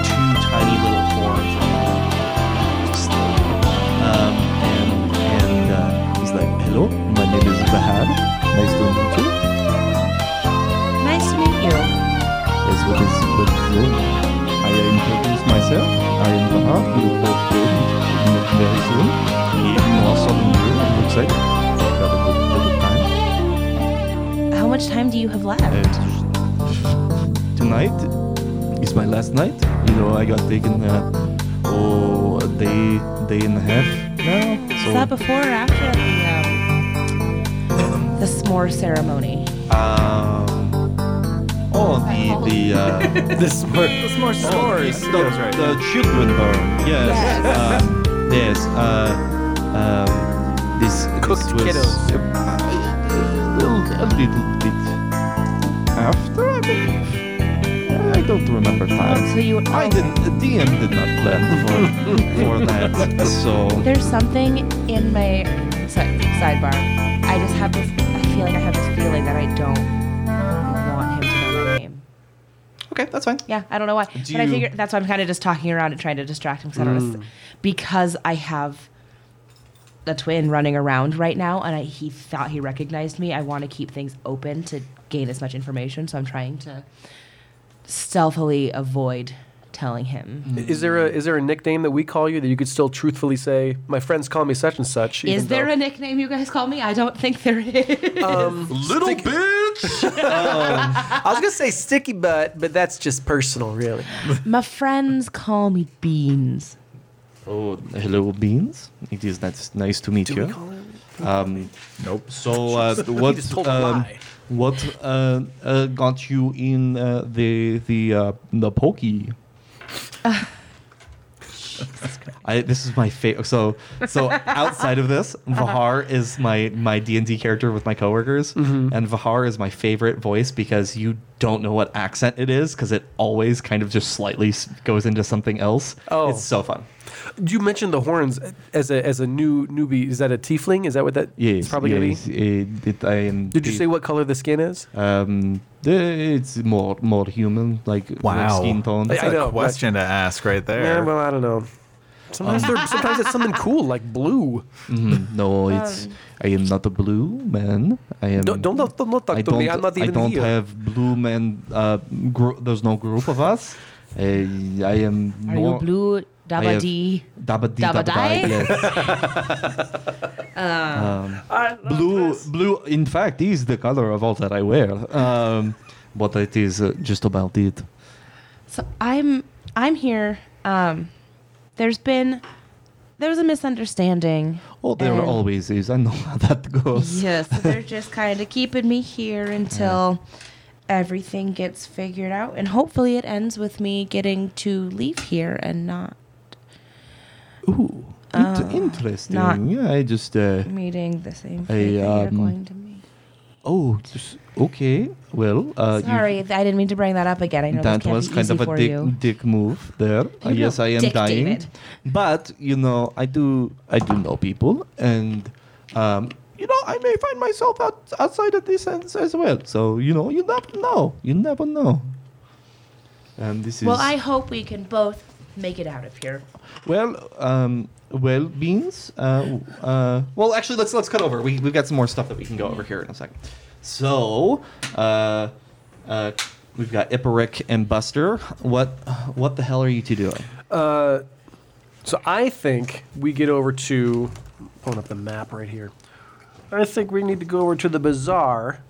Two tiny little horns. Um, and and uh, he's like, "Hello, my name is Bahad. Nice to meet you."
Nice to meet you.
is what is what is known. I introduce myself. I am Bahar. We will both go meet very soon. Yeah. Awesome year. It looks like got a good little time.
How much time do you have left?
And tonight is my last night. You know, I got taken uh, oh a day day and a half now. So
Is that before or after the um, the s'more ceremony?
um, oh the the. Uh,
This more, this
Oh,
more
Yes, the, the children burn. Yes. Um, yes. Uh, um, this
Cooked
this was
kiddos.
A, a little bit after, I believe. I don't remember
So
time.
you
I didn't. The DM did not plan for for that. So
There's something in my si- sidebar. I just have this. I feel like I have this feeling that I don't want him to know my name.
okay, that's fine.
Yeah, I don't know why, but I
you- Mm.
figure that's why I'm kind of just talking around and trying to distract him because I don't wanna s- because I have a twin running around right now, and I, he thought he recognized me. I want to keep things open to gain as much information, so I'm trying to stealthily avoid telling
Mm.
him.
Is there a is there a nickname that we call you that you could still truthfully say? My friends call me such and such.
Is there a nickname you guys call me? I don't think there is.
little bitch? I was gonna say sticky butt, but that's just personal, really.
My friends call me Beans.
Oh, hello, beans. It is nice, nice to meet you. Um,
Nope.
So uh, what
just told a
um,
lie.
what uh, uh, got you in uh, the the uh, the pokey? I, this is my favorite. So so outside of this, Vahar is my my D and D character with my coworkers, and Vahar is my favorite voice because you don't know what accent it is because it always kind of just slightly s- goes into something else.
Oh.
it's so fun.
You mentioned the horns as a as a new newbie. Is that a tiefling? Is that what that?
Yes,
It's probably gonna be.
yes, uh, it- I am
Did you
the-
say what color the skin is?
Um, eh, it's more more human, like like
Wow.
skin tone.
I- I
That's a
know, but-
question to ask right
Yeah,
there.
well, I don't know. Sometimes, they're- sometimes it's something cool like blue.
Mhm, No, it's I am not a blue man. I am.
Um, Don't don't, don't, don't talk
I
to
don't.
me. I'm not
I
even
don't
here.
have blue man. Uh, gr- there's no group of us. Uh, I am.
Are
more,
you blue?
I
Dabba
have-
dee.
Dabba dee,
Dabba
dabba die,
die?
yes. um, blue, blue. In fact, is the color of all that I wear. Um, but it is uh, just about it.
So I'm I'm here. Um, there's been there was a misunderstanding.
Oh, there
and-
always is. I know how that goes.
Yes, they're just kind of keeping me here until everything gets figured out, and hopefully it ends with me getting to leave here and not
Ooh, int- interesting.
Uh, not-
yeah, I just. Uh,
meeting the same
I,
fate that you're
um,
going to meet.
oh, just, okay. Well, uh, you-
Sorry, th- I didn't mean to bring that up again. I know
that
this can't
was
be
kind
easy
of a
for
dick,
you.
dick move there. Uh,
You're
yes,
no
I am
dick,
dying,
David.
but you know, I do, I do know people, and um, you know, I may find myself out, outside of this as, as well. So you know, you never know. You never know. And this
Well,
is
I hope we can both make it out of here.
Well, um, well, beans. Uh, uh, well, actually, let's let's cut over. We we've got some more stuff that we can go over here in a second. So, uh, uh, we've got Iparic and Buster. What what the hell are you two doing?
So I think we get over to pulling up the map right here. I think we need to go over to the bazaar,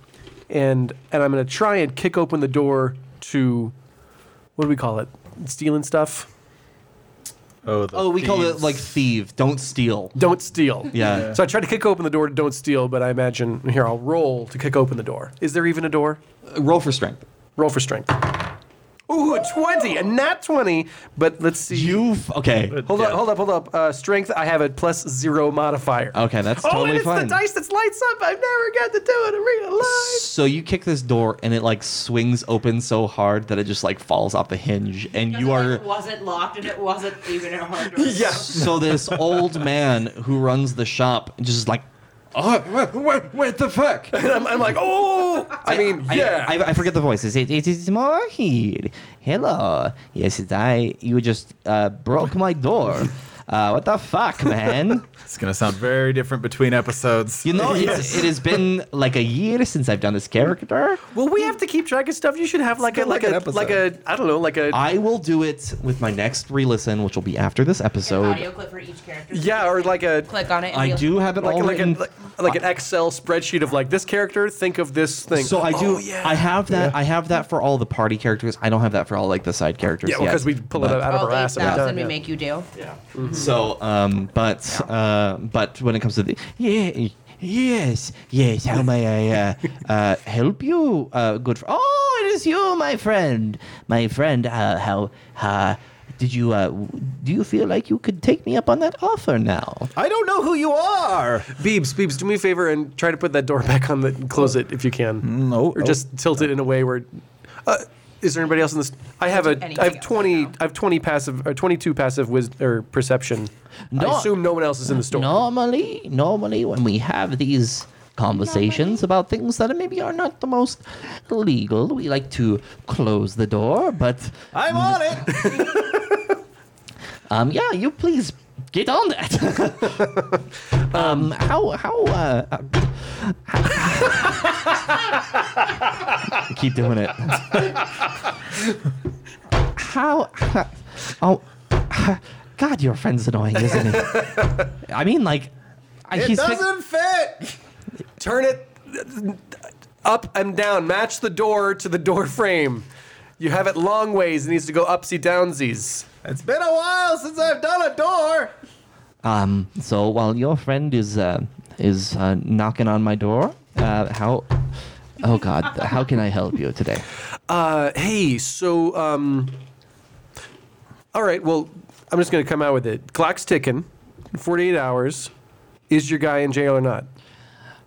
and and I'm gonna try and kick open the door to what do we call it? Stealing stuff.
Oh, the
Oh, we call it
thieves.
like thieve. Don't steal.
Don't steal.
Yeah.
So I tried to kick open the door to don't steal, but I imagine here I'll roll to kick open the door. Is there even a door?
Roll for strength.
Roll for strength. Ooh, a 20, a nat 20. But let's see.
You've okay.
Hold
Yeah.
up, hold up, hold up. Uh, strength, I have a plus zero modifier.
Okay, that's
oh,
totally
and it's
fine.
the dice that's lights up. I've never got to do it in real life.
So you kick this door and it like swings open so hard that it just like falls off the hinge and you
Because
are
it wasn't locked and it wasn't even a hard door.
Yeah.
so this old man who runs the shop just is like oh what, what, what the fuck
And I'm, I'm like, oh. I mean, yeah.
I, I, I forget the voices. It, it is Mahir. Hello. Yes, it's I. You just uh, broke my door. Uh, what the fuck, man?
It's gonna sound very different between episodes.
You know, it's, it has been like a year since I've done this character.
well, we have to keep track of stuff. You should have like a
kinda
like,
like
a
an episode.
like a I don't know like a
I will do it with my next re-listen, which will be after this
An
episode.
audio clip for each character.
yeah or like a
Click on it. And
I
we'll-
do have it
like
all
Oh, like, a,
written.
like like an Excel spreadsheet of like this character. Think of this thing.
so I do.
Oh, yeah.
I have that. I have that for all the party characters. I don't have that for all like the side characters.
yeah, because
yet.
we pull it out of
All
our ass every
8,000
time.
we
yeah.
make you do.
So, um, but uh, but when it comes to the yeah, yes, yes, how may I uh, uh, help you, uh, good? Fr- oh, it is you, my friend, my friend. Uh, how uh, did you? Uh, w- do you feel like you could take me up on that offer now?
I don't know who you are.
Beebs, Beebs, do me a favor and try to put that door back on the close it if you can.
No.
Or just tilt it in a way where. Uh, is there anybody else in this? I have a.
anything
I have
else
twenty.
right
I have twenty passive or twenty-two passive wis- or perception.
No.
I assume no one else is in the store.
Normally, normally when we have these conversations about things that maybe are not the most legal, we like to close the door. But
I'm on it.
Um, yeah, you please get on that. um, how how uh, uh, keep doing it. how oh God, your friend's annoying, isn't he? I mean, like I-
It
he's fix-
doesn't fit.
Turn it up and down. Match the door to the door frame. You have it long ways. It needs to go upsy downsies.
It's been a while since I've done a door.
um. So while your friend is uh, is uh, knocking on my door, uh, how? Oh God, how can I help you today?
Uh, hey, so um, all right. Well, I'm just gonna come out with it. Clock's ticking. 48 hours. Is your guy in jail or not?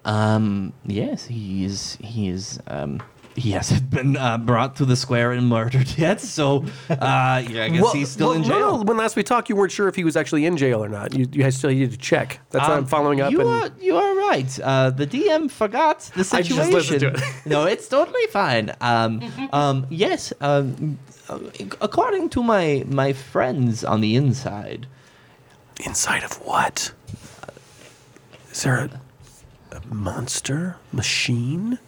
Um, yes, he is. He is. Um, he hasn't been uh, brought to the square and murdered yet. So, uh, yeah, I guess he's still
well,
in
no,
jail.
No, when last we talked, you weren't sure if he was actually in jail or not. You, you guys still needed to check. That's why I'm
Um,
following up.
You
and
are you are right. Uh, the DM forgot the
I
situation.
just listened to it.
no, it's totally fine. Um, um, yes. Um, according to my my friends on the inside,
Inside of what? Is there a, a monster machine?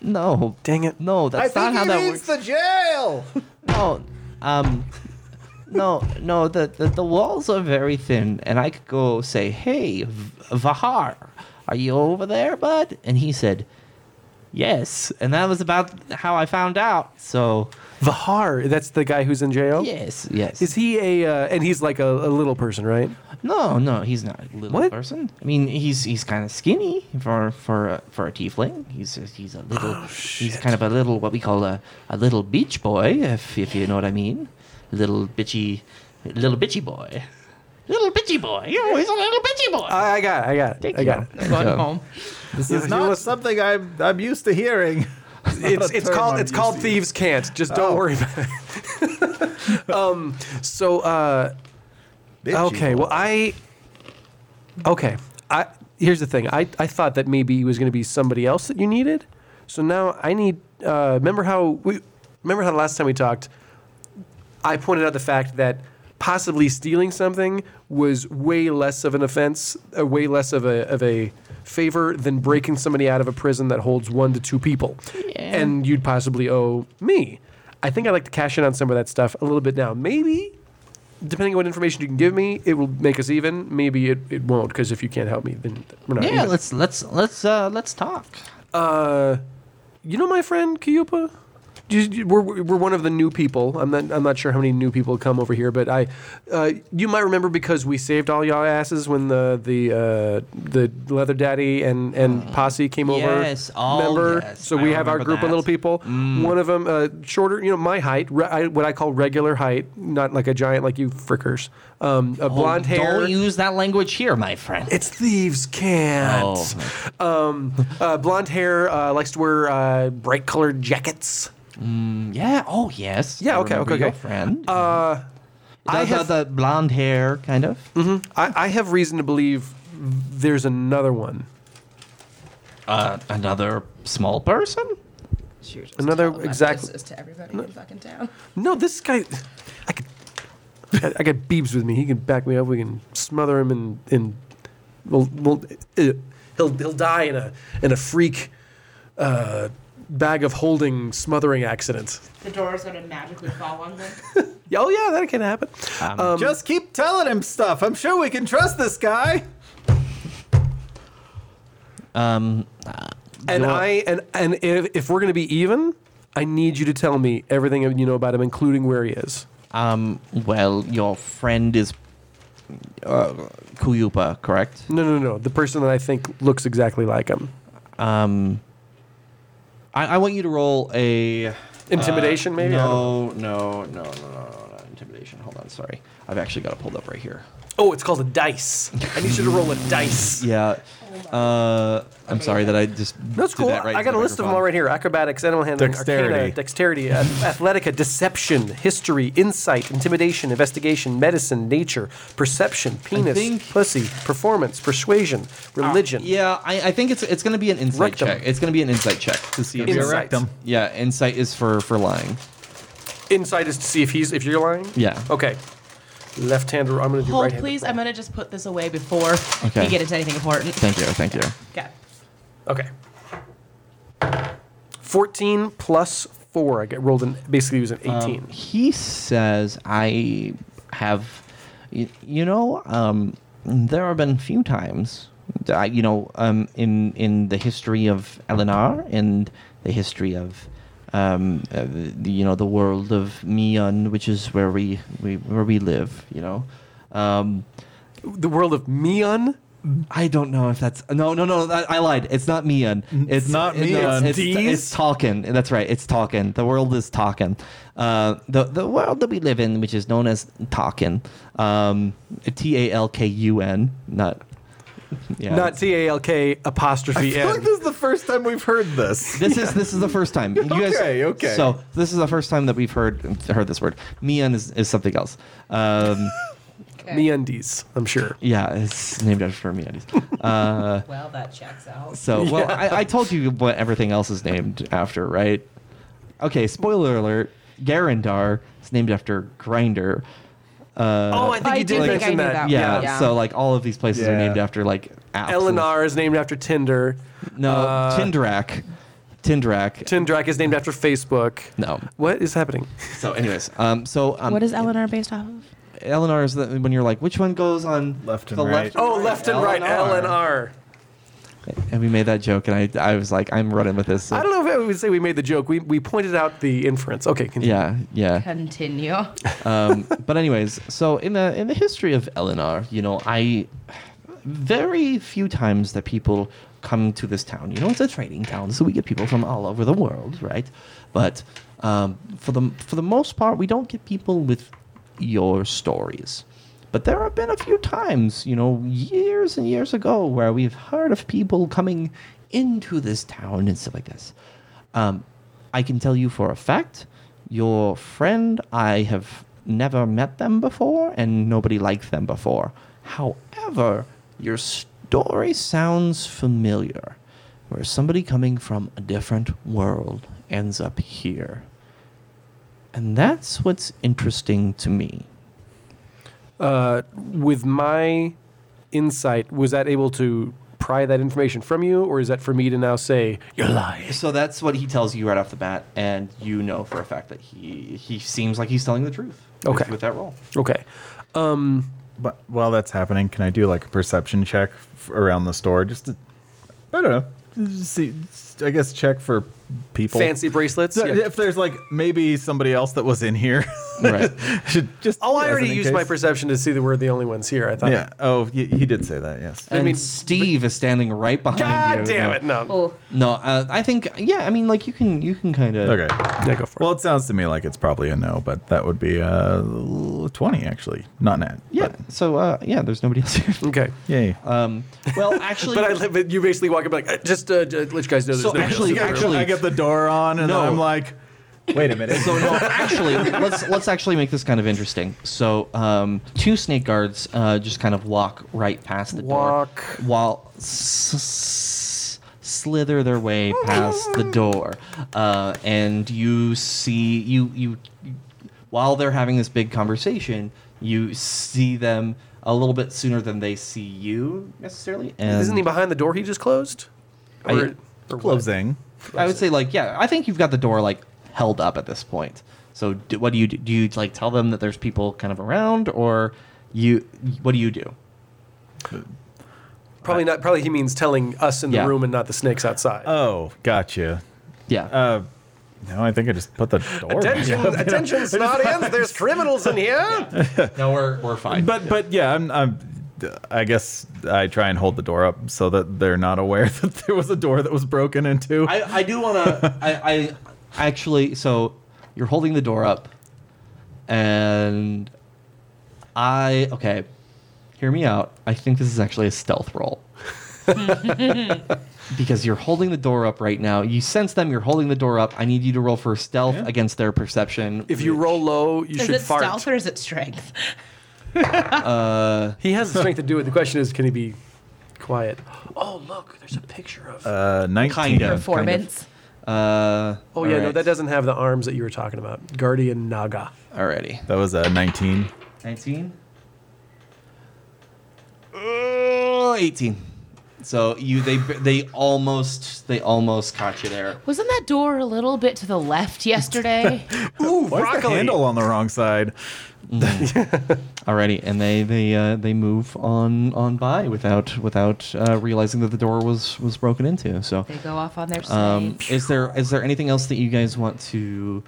no,
Dang it.
no,
I
that's not
think
how
he
that
needs
works.
the jail.
No, um, no, no. The, the the walls are very thin, and I could go say, "Hey, v- Vahar, are you over there, bud?" And he said, "Yes." And that was about how I found out. So
Vahar, that's the guy who's in jail?
yes, yes.
Oh. Is he a, uh, and he's like a, a little person, right?
no, no, he's not a little
What?
person. I mean, he's he's kind of skinny for for a, for a tiefling. He's he's a little.
Oh,
he's kind of a little what we call a, a little beach boy, if if you know what I mean. Little bitchy, little bitchy boy. Little bitchy boy. You he's a little bitchy boy.
I, I got it, I got it. Uh,
Thank
I
you.
got it.
Going
So-
home.
This
he
is not
was-
something I'm I'm used to hearing.
It's,
a
it's
term
called
I'm Oh.
it's
used
called
to.
thieves can't. Just don't worry about it. um, so uh, Okay, well, I. Okay, I here's the thing. I, I thought that maybe it was going to be somebody else that you needed. So now I need. Uh, remember how we remember how the last time we talked, I pointed out the fact that possibly stealing something was way less of an offense, uh, way less of a of a favor than breaking somebody out of a prison that holds one to two people, and you'd possibly owe me. I think I'd like to cash in on some of that stuff a little bit now. Maybe depending on what information you can give me, it will make us even. Maybe it, it won't, because if you can't help me, then we're not
Yeah,
even.
let's let's let's uh let's talk.
Uh, you know my friend Kiyupa? you- we're, we're one of the new people. I'm not, I'm not sure how many new people come over here, but I, uh, you might remember because we saved all y'all asses when the the uh, the leather daddy and and posse came over.
Oh. yes. Oh,
remember?
yes.
So
I
we have our
remember
group of
that. Mm.
little people. One of them uh, shorter, you know, my height, re- I, what I call regular height, not like a giant like you frickers. Um, a blonde
Oh, Don't
hair.
use that language here, my friend.
It's thieves' cats. Um, uh, blonde hair, uh, likes to wear uh, bright colored jackets.
yeah. Oh, yes.
Yeah,
I
okay,
remember
okay,
your
okay. Uh,
friend. the,
I
the-
have-
the blonde hair, kind of.
I, I have reason to believe there's another one.
Uh, another small person.
Shoot, just
Another-
tell them my
exactly.
voices to everybody in fucking town.
No, this guy. I could. I- I got Beebs with me. He can back me up. We can smother him in in. We'll, we'll, uh, he'll he'll die in a in a freak uh, bag of holding smothering accident.
The door is going to magically fall on them.
Oh yeah, that can happen.
Just keep telling him stuff. I'm sure we can trust this guy.
And
You're-
I and and if, if we're gonna be even, I need you to tell me everything you know about him, including where he is.
Um. Well, your friend is uh, Kuyupa, correct?
No, no, no. The person that I think looks exactly like him.
Um. I, I want you to roll a
Intimidation, maybe. I don't know.
No, no, no, no, no, no, no, intimidation. Hold on, sorry. I've actually got it pulled up right here.
Oh, it's called a dice. I need you to roll a dice.
Yeah.
Oh
Uh, I'm sorry that I just
No, it's
did
cool.
that right
I
to
got
the
a list of them
microphone.
all right here: acrobatics, animal handling,
Dexterity.
arcana, dexterity, ath- athletica, deception, history, insight, intimidation, investigation, medicine, nature, perception, penis,
think- Ah,
pussy, performance, persuasion, religion.
Yeah, I, I think it's it's gonna be an insight
Rectum.
check. It's gonna be an insight check to see if
Insight.
you're Yeah, insight is for for lying.
Insight is to see if he's if you're lying.
Yeah.
Okay. Left hand. I'm gonna do
Hold,
right hand.
please. I'm going to just put this away before
Okay.
we get into anything important.
Thank you, thank you.
Okay.
Okay. 14 plus 4. I get rolled in basically it was an 18.
Um, He says I have, you, you know, um, there have been few times, that I, you know, um, in in the history of Eleanor and the history of. Um, uh, the, you know the world of Mion, which is where we, we where we live. You know, um,
the world of Mion?
I don't know if that's no, no, no. I, I lied. It's not Mian. It's,
not
it- no,
Mian.
It's, it's,
Deez?
it's Talkin. That's right. It's Talkin. The world is Talkin. Uh, the the world that we live in, which is known as Talkin, um, T A L K U N, not yeah.
Not T A L K
I
apostrophe
feel
N.
like this is the first time we've heard this.
this is this is the first time. You guys,
Okay, okay.
So this is the first time that we've heard heard this word. Mian is, is something else. Um,
Meundies, I'm sure.
yeah, it's named after Mian.
Well, that checks out.
So, well, I, I told you what everything else is named after, right? Okay, spoiler alert: Garandar is named after Grinder.
oh, I think
I
you
do
did
think
mention
I knew
that.
that
Yeah,
one. Yeah.
So like all of these places are
Yeah.
named after like apps.
Eleanor is named after Tinder.
No, Tindrak. Tindrak.
Tindrak is named after Facebook.
no.
What is happening?
So, anyways, um, so um,
What is Eleanor based off of?
Eleanor? Is the, when you're like, which one goes on
Left and
the
right.
Left
Oh, left and right, L and R.
And we made that joke, and I, I was like, I'm running with this.
I don't know if I would say we made the joke. We, we pointed out the inference. Okay, continue.
Yeah, yeah.
Continue.
um, but anyways, so in the in the history of Eleanor, you know, I very few times that people come to this town. You know, it's a trading town, so we get people from all over the world, right? But um, for the for the most part, we don't get people with your stories. But there have been a few times, you know, years and years ago, where we've heard of people coming into this town and stuff like this. Um, I can tell you for a fact, your friend, I have never met them before, and nobody liked them before. However, your story sounds familiar, where somebody coming from a different world ends up here. And that's what's interesting to me.
uh, with my insight, was that able to pry that information from you, or is that for me to now say you're lying?
So that's what he tells you right off the bat, and you know for a fact that he he seems like he's telling the truth. with-
Okay.
With that role.
Okay.
But while that's happening, can I do like a perception check f- around the store? Just to, I don't know. Just see, I guess check for people.
Fancy bracelets.
So
yeah.
If there's like maybe somebody else that was in here,
Right.
should just.
Oh, I
as
already
an in
used my
case.
perception to see that we're the only ones here. I thought.
Yeah. Oh, he, he did say that. Yes.
And
mean,
Steve is standing right behind
God
you.
damn
No.
it! No.
Oh,
No, uh, I think yeah. I mean, like you can you can kind of
Okay.
Yeah, go for it.
Well, it sounds to me like it's probably a no, but that would be uh, twenty actually, not net.
yeah. So uh, yeah, there's nobody else here.
Okay.
Yay.
Uh,
Um, well, actually,
But I, li- but you basically walk up like, "Uh, just uh, j- let you guys know.
So
there's no-
actually-
there's no-
actually-
I get the door on, and
No.
I'm like, wait a minute.
So no, actually, let's let's actually make this kind of interesting. So um, two snake guards uh, just kind of walk right past the
Walk.
door, while s- s- slither their way past the door, uh, and you see you you while they're having this big conversation, you see them a little bit sooner than they see you necessarily. And
Isn't he behind the door he just closed?
I-
Or- or what?
closing.
I would say like yeah, I think you've got the door like held up at this point. So do, what do you do? Do you like tell them that there's people kind of around, or you? What do you do?
Probably not. Probably he means telling us in the
Yeah.
room and not the snakes outside.
Oh, gotcha.
Yeah.
Uh, no, I think I just put the door. back
attention,
up.
attention, Snodians! There's criminals in here.
no, we're we're fine.
But but yeah, I'm, I'm. I guess I try and hold the door up so that they're not aware that there was a door that was broken into.
I, I do want to. I, I actually. So you're holding the door up, and I okay. Hear me out. I think this is actually a stealth roll. because you're holding the door up right now. You sense them. You're holding the door up. I need you to roll for stealth against their perception.
If you roll low, you
is
should
it
fart.
stealth or is it strength?
He has the strength to do it. The question is, can he be quiet? Oh, look, there's a picture of.
uh, Nineteen.
Kind of.
Performance.
uh,
oh yeah, no,
alright.
that doesn't have the arms that you were talking about. Guardian Naga.
Alrighty.
That was a nineteen.
19 uh, 18 so you they they almost they almost caught you there
Wasn't that door a little bit to the left yesterday?
Ooh,
Why is the handle on the wrong side?
already and they they uh, they move on on by without without uh, realizing that the door was was broken into so
they go off on their
um,
side.
is there is there anything else that you guys want to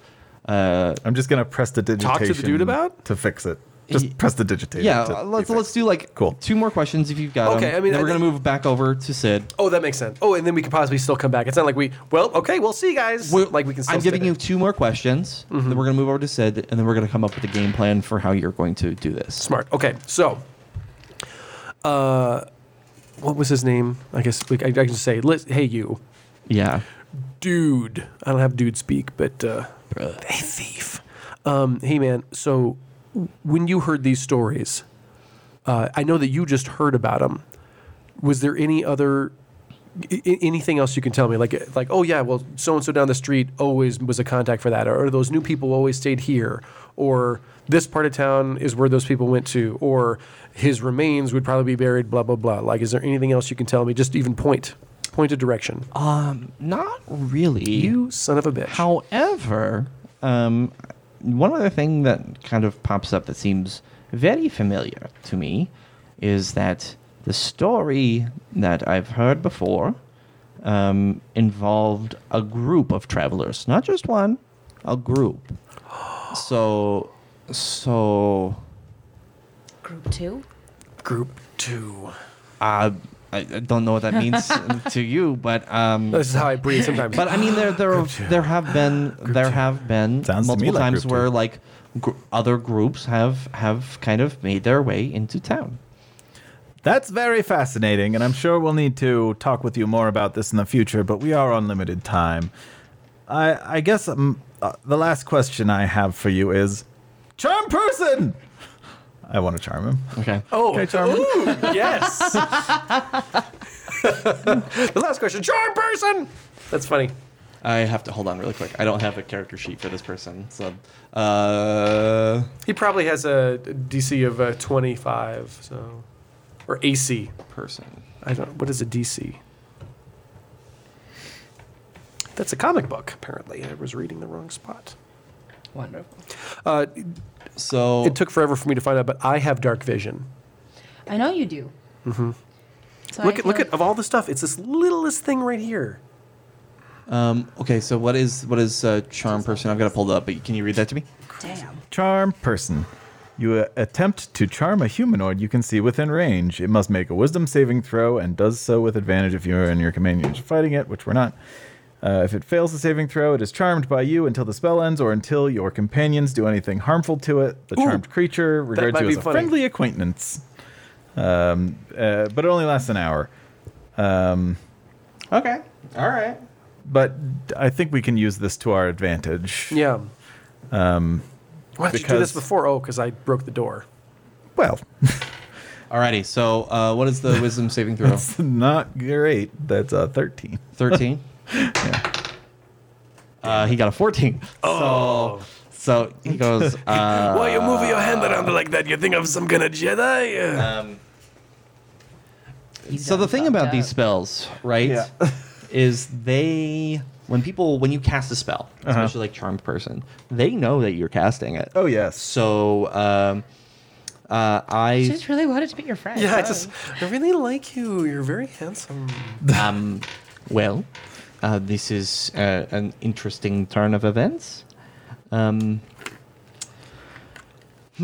uh,
I'm just gonna press the digitation.
Talk to the dude about?
to fix it. Just
Y-
press the digitation.
yeah uh,
to
let's
be fixed.
let's do like
Cool.
two more questions if you've got 'em.
Okay, I mean,
Then
I
we're gonna
think-
move back over to sid
Oh, that makes sense. Oh, and then we could possibly still come back. It's not like we. Well, okay, we'll see, you guys.
We're-
like we can. Still Mm-hmm.
I'm
stay
giving
there.
you two more questions. Then we're gonna move over to Sid, and then we're gonna come up with a game plan for how you're going to do this.
Smart. Okay, so, uh, what was his name? I guess we, I, I can just say, "Lis- "Hey, you,
Yeah.
dude." I don't have dude speak, but uh, hey, thief. Um, hey, man. So, w- when you heard these stories, uh, I know that you just heard about them. Was there any other? I- I- anything else you can tell me like uh, like oh yeah well so and so down the street always was a contact for that or, those new people always stayed here or this part of town is where those people went to or his remains would probably be buried blah blah blah like is there anything else you can tell me just even point point a direction
Not really.
you son of a bitch
However, um, one other thing that kind of pops up that seems very familiar to me is that the story that I've heard before um, involved a group of travelers, not just one, a group. So, so
Group two.
group two
Uh, I I don't know what that means to you, but um,
this is how i breathe sometimes
but I mean there there there have been there have been
Sounds to me
multiple
like
times
group
where
two.
like gr- other groups have have kind of made their way into town.
That's very fascinating, and I'm sure we'll need to talk with you more about this in the future, but we are on limited time. I, I guess um, uh, the last question I have for you is Charm person! I want to charm him.
Okay.
oh
Okay, charm him.
Ooh, yes the last question charm person that's funny
I have to hold on really quick. I don't have a character sheet for this person, so uh,
He probably has a DC of uh, 25, so or AC.
person.
I don't. What is a DC? That's a comic book. Apparently, I was reading the wrong spot.
Wonderful.
Uh,
So
it took forever for me to find out, but I have dark vision.
I know you do. Mm-hmm. So I
look at look
feel-
at of all the stuff, it's this littlest thing right here.
Um, okay, so what is what is uh, charm person? I've got it pulled up, but can you read that to me?
Damn.
Charm person. You uh, attempt to charm a humanoid you can see within range. It must make a wisdom saving throw and does so with advantage if you and your companions are fighting it, which we're not. Uh, if it fails the saving throw, it is charmed by you until the spell ends or until your companions do anything harmful to it. The charmed creature regards
might
you as
be
a
funny.
friendly acquaintance, um, uh, but it only lasts an hour.
Okay, all right.
But I think we can use this to our advantage.
Yeah. Um, Why did you do
because-
this before? Oh, because I broke the door.
Well,
Alrighty. So uh, what is the wisdom saving throw?
it's not great. That's uh, a 13.
Thirteen. Uh, he got a fourteen. Oh. So, so he goes. Uh,
Why you move your hand around like that? You think I'm some kind of Jedi?
So the thing about these spells, right,
Yeah.
is they when people when you cast a spell, especially like charmed person, they know that you're casting it.
Uh-huh. Oh, yes.
So um, uh,
She
I
just really wanted to be your friend.
yeah, I just I really like you. You're very handsome.
um, well, uh, this is uh, an interesting turn of events. Um,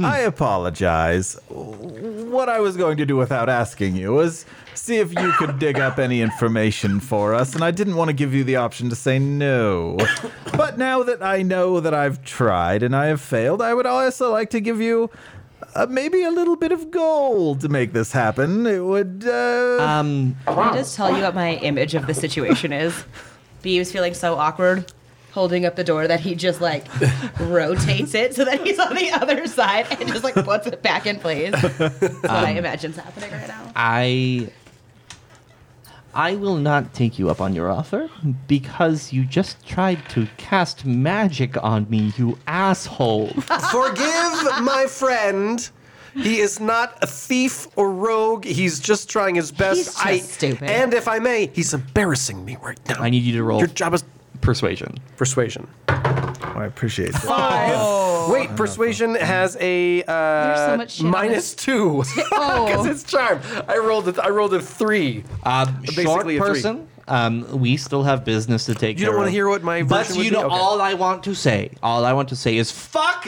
I apologize. What I was going to do without asking you was see if you could dig up any information for us, and I didn't want to give you the option to say no. but now that I know that I've tried and I have failed, I would also like to give you uh, maybe a little bit of gold to make this happen. It would. Uh,
um,
Can I just tell you what my image of the situation is? B was feeling so awkward holding up the door that he just like rotates it so that he's on the other side and just like puts it back in place. That's what I imagine's happening right now.
I I will not take you up on your offer because you just tried to cast magic on me, you asshole.
Forgive my friend. He is not a thief or rogue. He's just trying his best.
He's just
I,
stupid.
And if I may, he's embarrassing me right now.
I need you to roll
Your job is
persuasion.
persuasion.
I appreciate that.
Wait, persuasion has a uh,
There's so much shit on
minus two because
Oh.
it's charm. I rolled a, I rolled a three.
Um, short
Basically a three.
person. Um, we still have business to take.
You
care
don't wanna
of.
hear what my
But
version
you
would
know,
be? Okay.
all I want to say, all I want to say is, fuck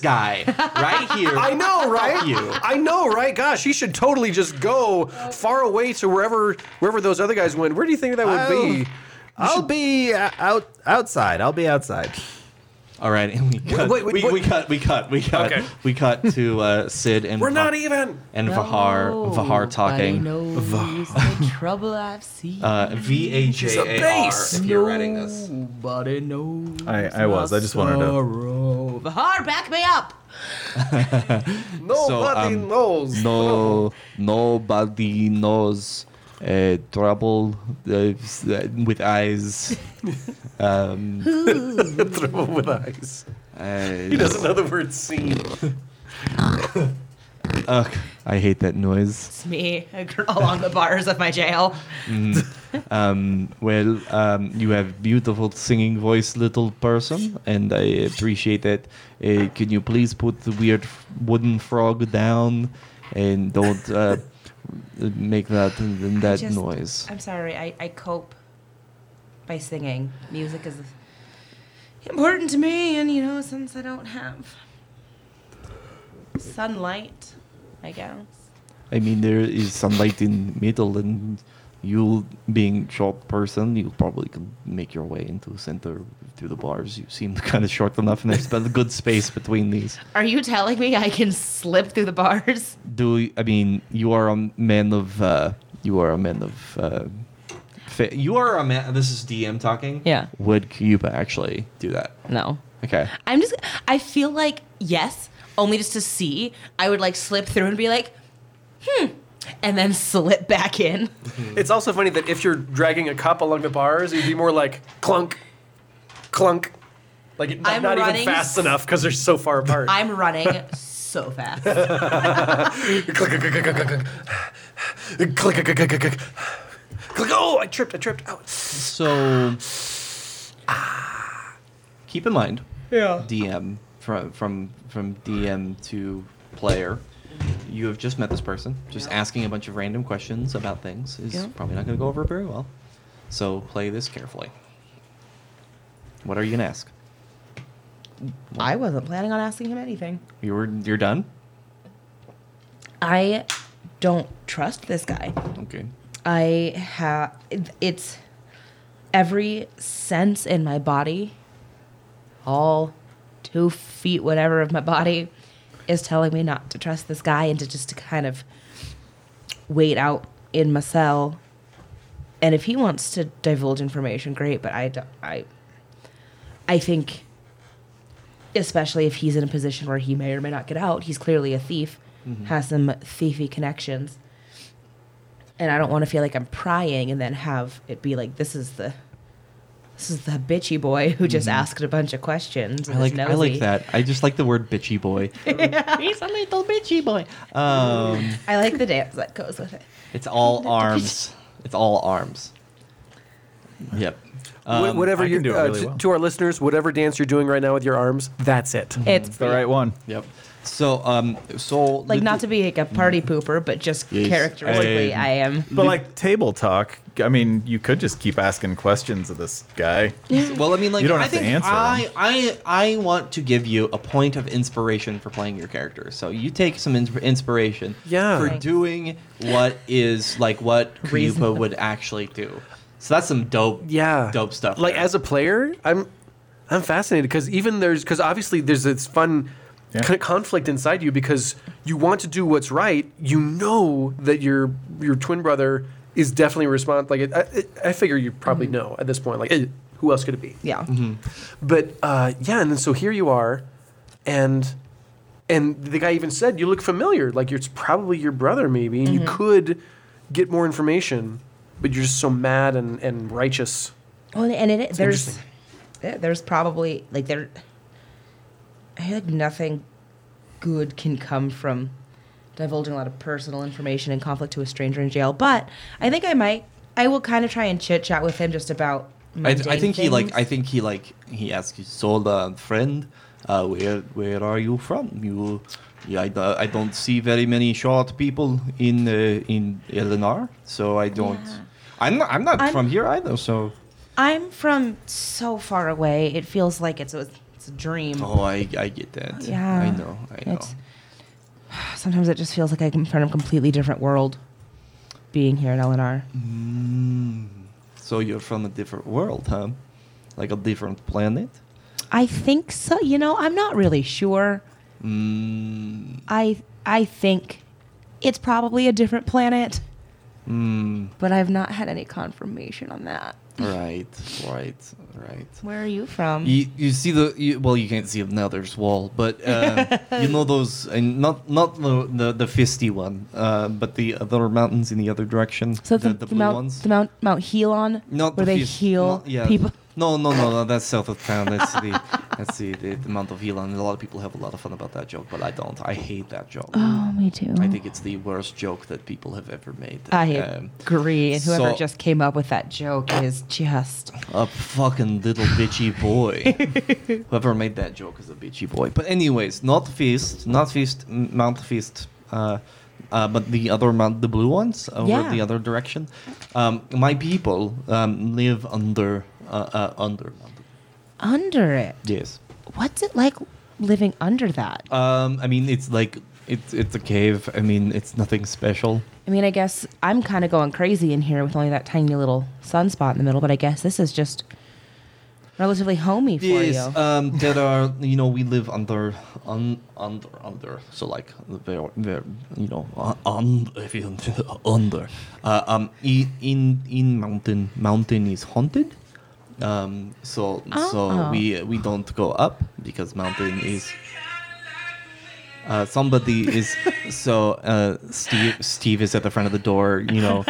guy right here.
I know, right?
you.
I know, right? Gosh, he should totally just go far away to wherever wherever those other guys went. Where do you think that would be?
I'll be uh, out outside. I'll be outside.
All right, and we cut.
wait, wait,
we,
wait.
we cut. We cut. We cut.
Okay.
We cut to uh, Sid and
We're not e-
Va-
even.
and Vahar. Vahar talking.
Knows the trouble I've seen.
Uh, V A J
a
A R.
bass.
If you're writing this,
Nobody knows.
I, I was. I just wanted to.
Sorrow.
Bahar, back me up.
Nobody
um,
knows.
no, nobody knows uh, trouble uh, with eyes.
Trouble with eyes.
Uh,
He doesn't know the word scene.
Ugh, I hate that noise.
It's me along the bars of my jail.
Um, well, um, you have beautiful singing voice, little person, and I appreciate that. Uh, can you please put the weird f- wooden frog down and don't uh, make that that
just-
noise?
I'm sorry, I, I cope by singing. Music is important to me, and you know, since I don't have sunlight, I guess.
I mean, there is sunlight in middle, and you being short person, you probably can make your way into center through the bars. You seem kind of short enough, and there's a good space between these.
Are you telling me I can slip through the bars?
Do I mean you are a man of uh, you are a man of uh, fa- you are a man. This is DM talking.
Yeah.
Would Cuba actually do that?
No.
Okay.
I'm just, I feel like, yes, only just to see, I would like slip through and be like, hmm, and then slip back in.
It's also funny that if you're dragging a cup along the bars, it'd be more like clunk, clunk. Like it-
I'm
not even
running
fast
s-
enough because they're so far apart.
I'm running so fast.
click, click, click, click, click, click, click, click, click, click, click, click. Oh, I tripped! I tripped! Ow.
So ah, keep in mind, yeah. DM from from from DM to player. You have just met this person. Just asking a bunch of random questions about things is probably not going to go over very well. So play this carefully. What are you gonna ask?
I wasn't planning on asking him anything.
You were you're done.
I don't trust this guy.
Okay.
I have it's every sense in my body, all two feet, whatever of my body, is telling me not to trust this guy and to just to kind of wait out in my cell. And if he wants to divulge information, great. But I, don't- I, I think, especially if he's in a position where he may or may not get out, he's clearly a thief,
Mm-hmm.
has some thiefy connections and I don't want to feel like I'm prying and then have it be like this is the this is the bitchy boy who just asked a bunch of questions.
Mm-hmm. I
And
like
is
I like
nosy.
that. I just like the word bitchy boy.
He's a little bitchy boy.
Um,
I like the dance that goes with it.
it's all arms. It's all arms. Yep.
Wh- whatever
Um, I
you
can do it
uh,
really
t-
well.
to our listeners, whatever dance you're doing right now with your arms, that's it.
It's
It's the right one.
Yep. So um so
like not to be like a party pooper, but just
Mm-hmm. Yes.
characteristically,
Um,
I am.
But like table talk, I mean, you could just keep asking questions of this guy.
Well, I mean, like
You don't
I
have to
think
answer 'em.
I, I I want to give you a point of inspiration for playing your character. So you take some ins- inspiration
Yeah.
for
Thanks.
doing what is like what Ryupa would actually do. So that's some dope
yeah
dope stuff.
like
there.
as a player i'm i'm fascinated because even there's because obviously there's this fun
Yeah.
kind of conflict inside you because you want to do what's right you know that your your twin brother is definitely respond like I, I, I figure you probably know at this point like eh, who else could it be
Yeah.
Mm-hmm.
but uh, yeah, and then so here you are, and and the guy even said you look familiar, like you're, it's probably your brother, maybe, and you could get more information, but you're just so mad and and righteous.
Well, and it, there's
interesting.
yeah, there's probably like there. I feel like nothing good can come from divulging a lot of personal information and conflict to a stranger in jail. But I think I might. I will kind of try and chit chat with him just about.
I, I
mundane
think he like I
things.
think he like he asks his old uh, friend, uh, where where are you from? You, yeah, I, do- I don't see very many short people in uh, in Eleanor, so I don't. I'm not I'm not
I'm-
from here either. So
I'm from so far away. It feels like it's a it's a dream.
oh, I I get that.
Yeah.
I know. I know.
It's- Sometimes it just feels like I'm from a completely different world. Being here in LNR.
So you're from a different world, huh? Like a different planet.
I think so. You know, I'm not really sure.
Mm,
I I think it's probably a different planet,
mm,
but I've not had any confirmation on that.
right, right, right.
Where are you from?
You, you see the you, well you can't see another's wall, but uh, you know those and not not the the, the fisty one, uh, but the other mountains in the other direction.
so the,
the,
the, Mount the Mount Mount Helon,
Not
where
the
they
fist-
heal
not- yeah.
people.
No, no, no, no. That's south of town. That's the that's the, the, the Mount of Elon. A lot of people have a lot of fun about that joke, but I don't. I hate that joke.
Oh, me too.
I think it's the worst joke that people have ever made.
I
Um,
agree. And whoever
so-
just came up with that joke is just
A fucking little bitchy boy. Whoever made that joke is a bitchy boy. But anyways, not feast, not feast, M- Mount Feast, uh, uh, but the other mount, the blue ones over
Yeah.
the other direction. Um, my people um, live under uh, uh, under Mount.
under it.
Yes.
What's it like living under that?
Um, I mean, it's like it's it's a cave. I mean, it's nothing special.
I mean, I guess I'm kind of going crazy in here with only that tiny little sunspot in the middle, but I guess this is just relatively homey for you.
um, there are you know we live under un, under under so like very very you know uh, un, if you under uh, um i- in in mountain mountain is haunted um so so
Oh.
we we don't go up because mountain is uh, somebody is so uh, Steve. Steve is at the front of the door, you know,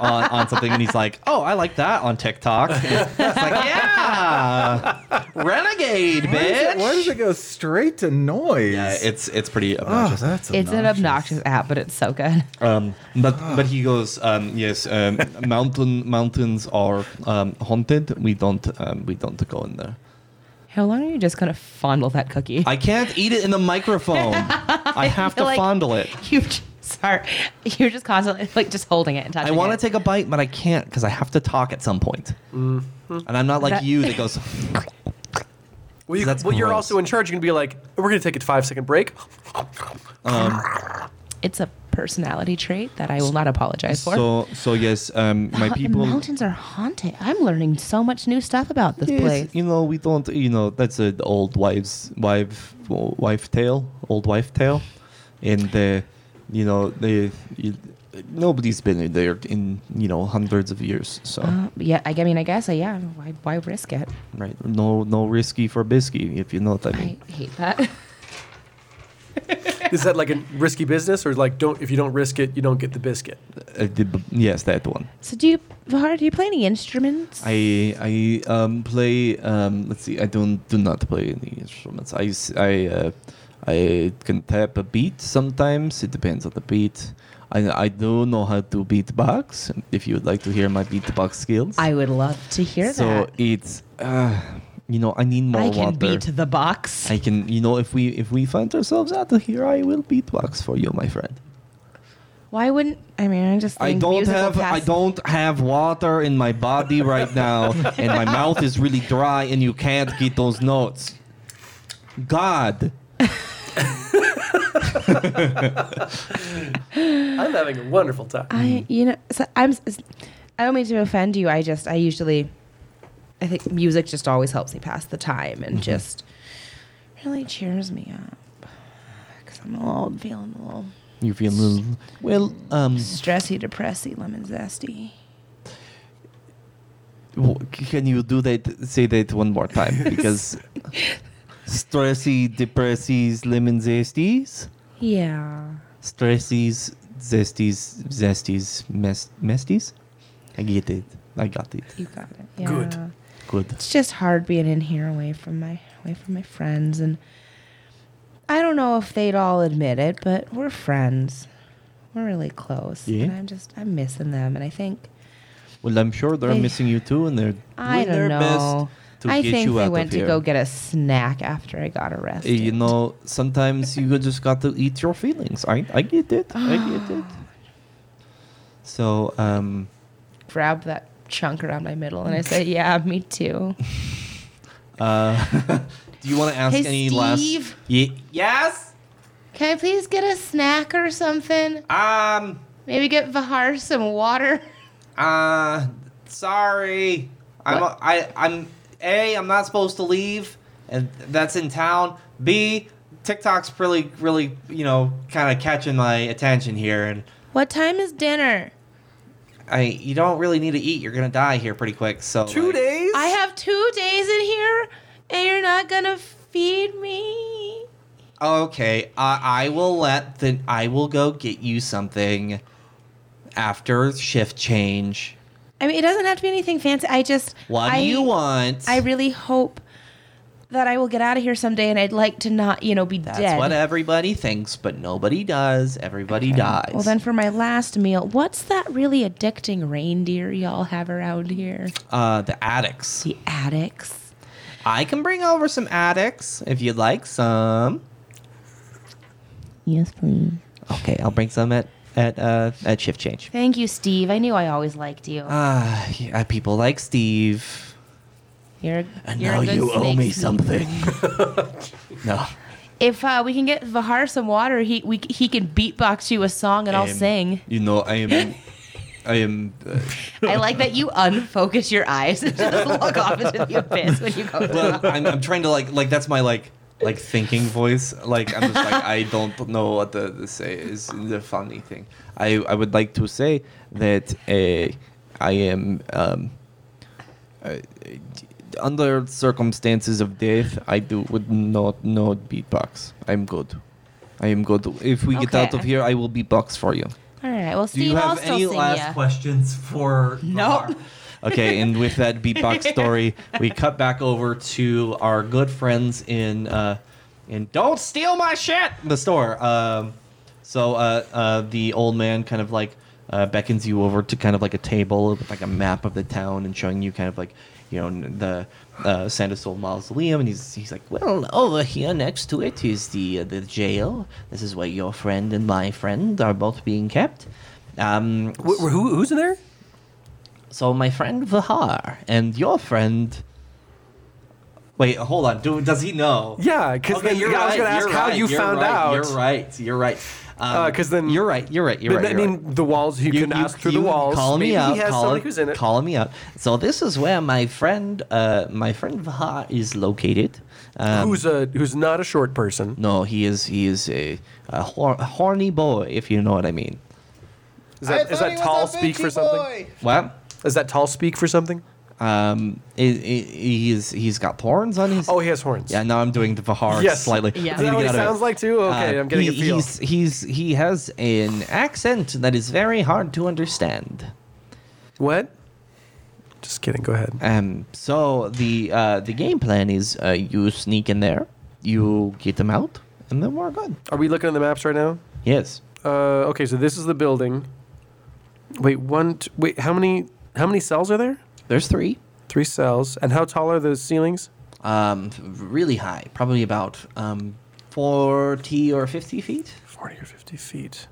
on, on something, and he's like, "Oh, I like that on TikTok." It's like, yeah, renegade, bitch.
Why does, it, why does it go straight to noise?
yeah, it's it's pretty
oh,
obnoxious.
that's
It's an obnoxious app, but it's so good.
Um, but but he goes, um, yes, um, mountain mountains are um, haunted. We don't um, we don't go in there.
How long are you just gonna fondle that cookie?
I can't eat it in the microphone. I have to
Like-
fondle it.
you just, sorry, you're just constantly like just holding it and touching.
I want
it.
to take a bite, but I can't because I have to talk at some point. And I'm not like
Mm-hmm. That-
you that goes.
Well, you,
That's
well you're
gross.
also in charge. You can be like, we're going to take a five second break.
It's a personality trait that I will not apologize for.
so so yes, um, my
Hau-
people.
The Uh, mountains are haunted. I'm learning so much new stuff about this
Yes,
place.
you know we don't. You know that's an old wives wife wife tale. Old wife tale, and uh, you know they. You, Nobody's been in there in you know hundreds of years, so
Uh, yeah, I, I mean, I guess, uh, yeah. Why, why risk it?
right, no, no risky for bisky, if you know what I
I
mean.
hate that.
Is that like a risky business, or like don't if you don't risk it, you don't get the biscuit?
Uh, the b- yes, that one.
So do you, Vahar, do you play any instruments?
I I um play um let's see I don't do not play any instruments I s- I, uh, I can tap a beat sometimes it depends on the beat I I do know how to beatbox if you would like to hear my beatbox skills
I would love to hear
so
that.
it's uh you know I need more
I can
water
beat the box.
I can you know if we if we find ourselves out of here I will beatbox for you my friend
why wouldn't, I mean, I just
I
think
don't
musical
have I
pass-
don't have water in my body right now, and my mouth is really dry, and you can't get those notes. God,
I'm having a wonderful time.
Mm.
I, you know, so I'm, s- I don't mean to offend you. I just, I usually, I think music just always helps me pass the time
Mm-hmm.
and just really cheers me up. Because I'm a little feeling a little
you feel a little well. Um,
stressy, depressy, lemon zesty.
w- can you do that? Say that one more time because stressy, depressies, lemon zesties,
Yeah.
stressies, zesties, zesties, mess, mesties. I get it. I got it.
You got it. Yeah.
Good.
Good.
It's just hard being in here away from my away from my friends and I don't know if they'd all admit it, but we're friends. We're really close.
Yeah.
And I'm just I'm missing them and I think
Well, I'm sure they're
They-
missing you too, and they're
I
doing their
don't know.
best to
I
get
think
you
they
out
went
of
to
here.
go get a snack after I got
Uh,
arrested.
You know, sometimes you just got to eat your feelings. I I get it. I get it. So um,
grab that chunk around my middle and I said, Yeah, me too.
uh, do you want to ask
Hey,
any last?
Steve.
Ye- yes.
Can I please get a snack or something?
Um.
Maybe get Vahar some water.
Uh. Sorry. I'm.
What?
I. I'm. A. I'm not supposed to leave, and that's in town. B. TikTok's really, really, you know, kind of catching my attention here, and
What time is dinner?
I you don't really need to eat. You're gonna die here pretty quick. So
Two
like,
days.
I have two days in here, and you're not gonna feed me.
Okay, I I will let the I will go get you something after shift change.
I mean, it doesn't have to be anything fancy. I just
What
I,
do you want?
I really hope that I will get out of here someday, and I'd like to not, you know, be
That's
dead.
what everybody thinks, but nobody does. Everybody dies.
Well, then for my last meal, what's that really addicting reindeer y'all have around here?
uh, the addicts.
The addicts.
I can bring over some addicts if you'd like some.
Yes, please.
Okay, I'll bring some at at uh, at shift change.
Thank you, Steve. I knew I always liked you.
Ah, yeah, people like Steve.
you're,
And
you're a
now
good
you owe
snake,
me
Steve.
something. no.
If uh, we can get Vahar some water, he we, he can beatbox you a song, and I'll
am-
sing.
You know, I am. I am. Uh,
I like that you unfocus your eyes and just look off into the abyss when you go.
well, I'm, I'm trying to like like that's my like like thinking voice. Like I'm just like I don't know what to, to say. Is the funny thing. I I would like to say that uh, I am. Um, uh, under circumstances of death, I do would not know beatbox. I'm good. I am good. If we get out
Okay.
of here, I will beatbox for you.
All right. Well,
Do
Steve,
you
I'll
have
still
any
sing
last
ya.
questions for
Nope.
Vahar? okay, and with that beatbox story, we cut back over to our good friends in uh in Don't Steal My Shit the store. Um so uh uh the old man kind of like uh, beckons you over to kind of like a table with like a map of the town and showing you kind of like you know n- the uh, Sandusol mausoleum and he's he's like well over here next to it is the uh, the jail this is where your friend and my friend are both being kept um,
Wh- wh- who, who's in there?
So my friend Vihar and your friend. Wait, hold on. Do, does he know?
Yeah, because
Okay, you're
I was
right,
going to ask
you're
how
right,
you
you're
found
right,
out.
You're right. You're right. Um,
Uh, 'cause then-
you're right. You're right. You're
But,
right.
I
you're
mean,
right.
the walls, you,
You-
can
you-
ask through
you
the walls.
Call me
Maybe
out.
He has
call,
somebody who's in it.
call me out. So this is where my friend, uh, my friend Vihar is located. Um,
who's, a, who's not a short person.
no, he is he is a, a, hor- a horny boy, if you know what I mean.
Is that, is that tall speak for something?
What?
Is that tall speak for something?
Um, i i he's he's got horns on his.
Oh, he has horns.
Yeah, now I'm doing the Vihar
Yes.
slightly.
Yeah.
Is that what he
Gotta-
sounds like too? Okay,
Uh,
I'm getting
he-
a feel.
He's, he's he has an accent that is very hard to understand.
What? Just kidding. Go ahead.
Um, so the uh, the game plan is uh, you sneak in there, you get them out, and then we're good.
Are we looking at the maps right now?
Yes.
Uh, okay, so this is the building. Wait, one. T- wait, how many? How many cells are there?
There's three.
Three cells. And how tall are the ceilings?
Um, really high, probably about um, forty or fifty feet.
Forty or fifty feet.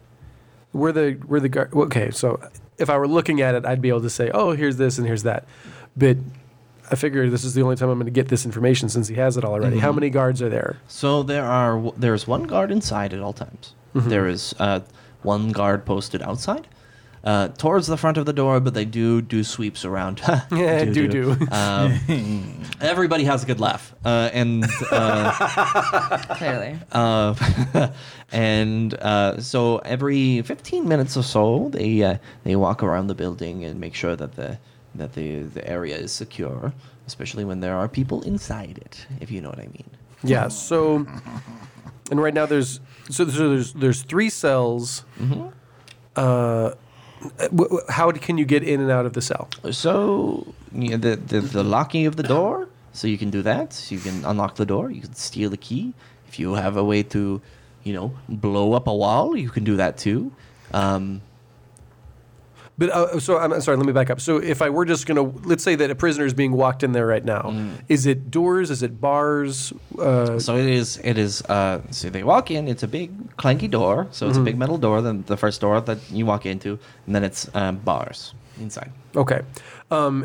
Where the where the guard? Okay, so if I were looking at it, I'd be able to say, oh, here's this and here's that. But I figure this is the only time I'm going to get this information since he has it all already. How many guards are there?
So there are there is one guard inside at all times. There is uh, one guard posted outside, uh, towards the front of the door. But they do do sweeps around.
Yeah, do-do.
Um, everybody has a good laugh, uh, and uh,
Clearly.
uh, and uh, so every fifteen minutes or so, they uh, they walk around the building and make sure that the that the, the area is secure, especially when there are people inside it. If you know what I mean.
Yeah. So, and right now there's so, so there's there's three cells. Uh, w- w- how d- can you get in and out of the cell?
So yeah, the, the the locking of the door. So you can do that. You can unlock the door. You can steal the key. If you have a way to, you know, blow up a wall, you can do that too. Um,
But uh, so I'm sorry. Let me back up. So if I were just gonna let's say that a prisoner is being walked in there right now, is it doors? Is it bars? Uh,
so it is. It is. Uh, so they walk in. It's a big clanky door. So
Mm-hmm.
it's a big metal door. Then the first door that you walk into, and then it's um, bars inside.
okay. Um,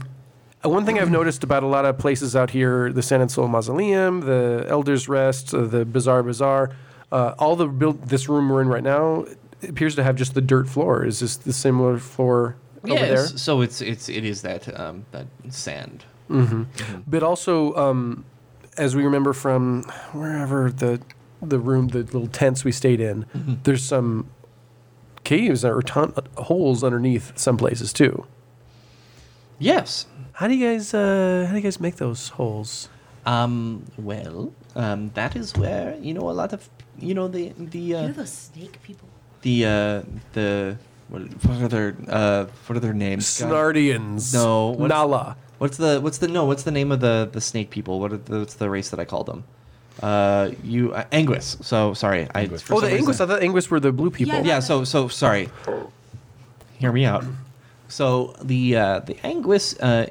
uh, one thing I've noticed about a lot of places out here, the San Anselmo Mausoleum, the Elder's Rest, uh, the Bazaar Bazaar, uh, all the build, this room we're in right now appears to have just the dirt floor. Is this the similar floor over there?
So it's it's it is that um, that sand.
But also, um, as we remember from wherever the the room, the little tents we stayed in,
Mm-hmm.
there's some caves or ton- holes underneath some places too.
Yes.
How do you guys uh, how do you guys make those holes?
Um, well, um, that is where you know a lot of you know the the
You know
uh,
those snake people?
the uh, the what, what are their uh, what are their names? God.
Snardians.
No, what's-
Nala.
What's the what's the no? What's the name of the the snake people? What are the, what's the race that I call them? Uh, you uh, Anguis. So sorry, I for
Oh,
some
the Angus. I
reason-
thought Angus were the blue people.
Yeah. So so sorry. Hear me out. So the uh, the Anguis, uh,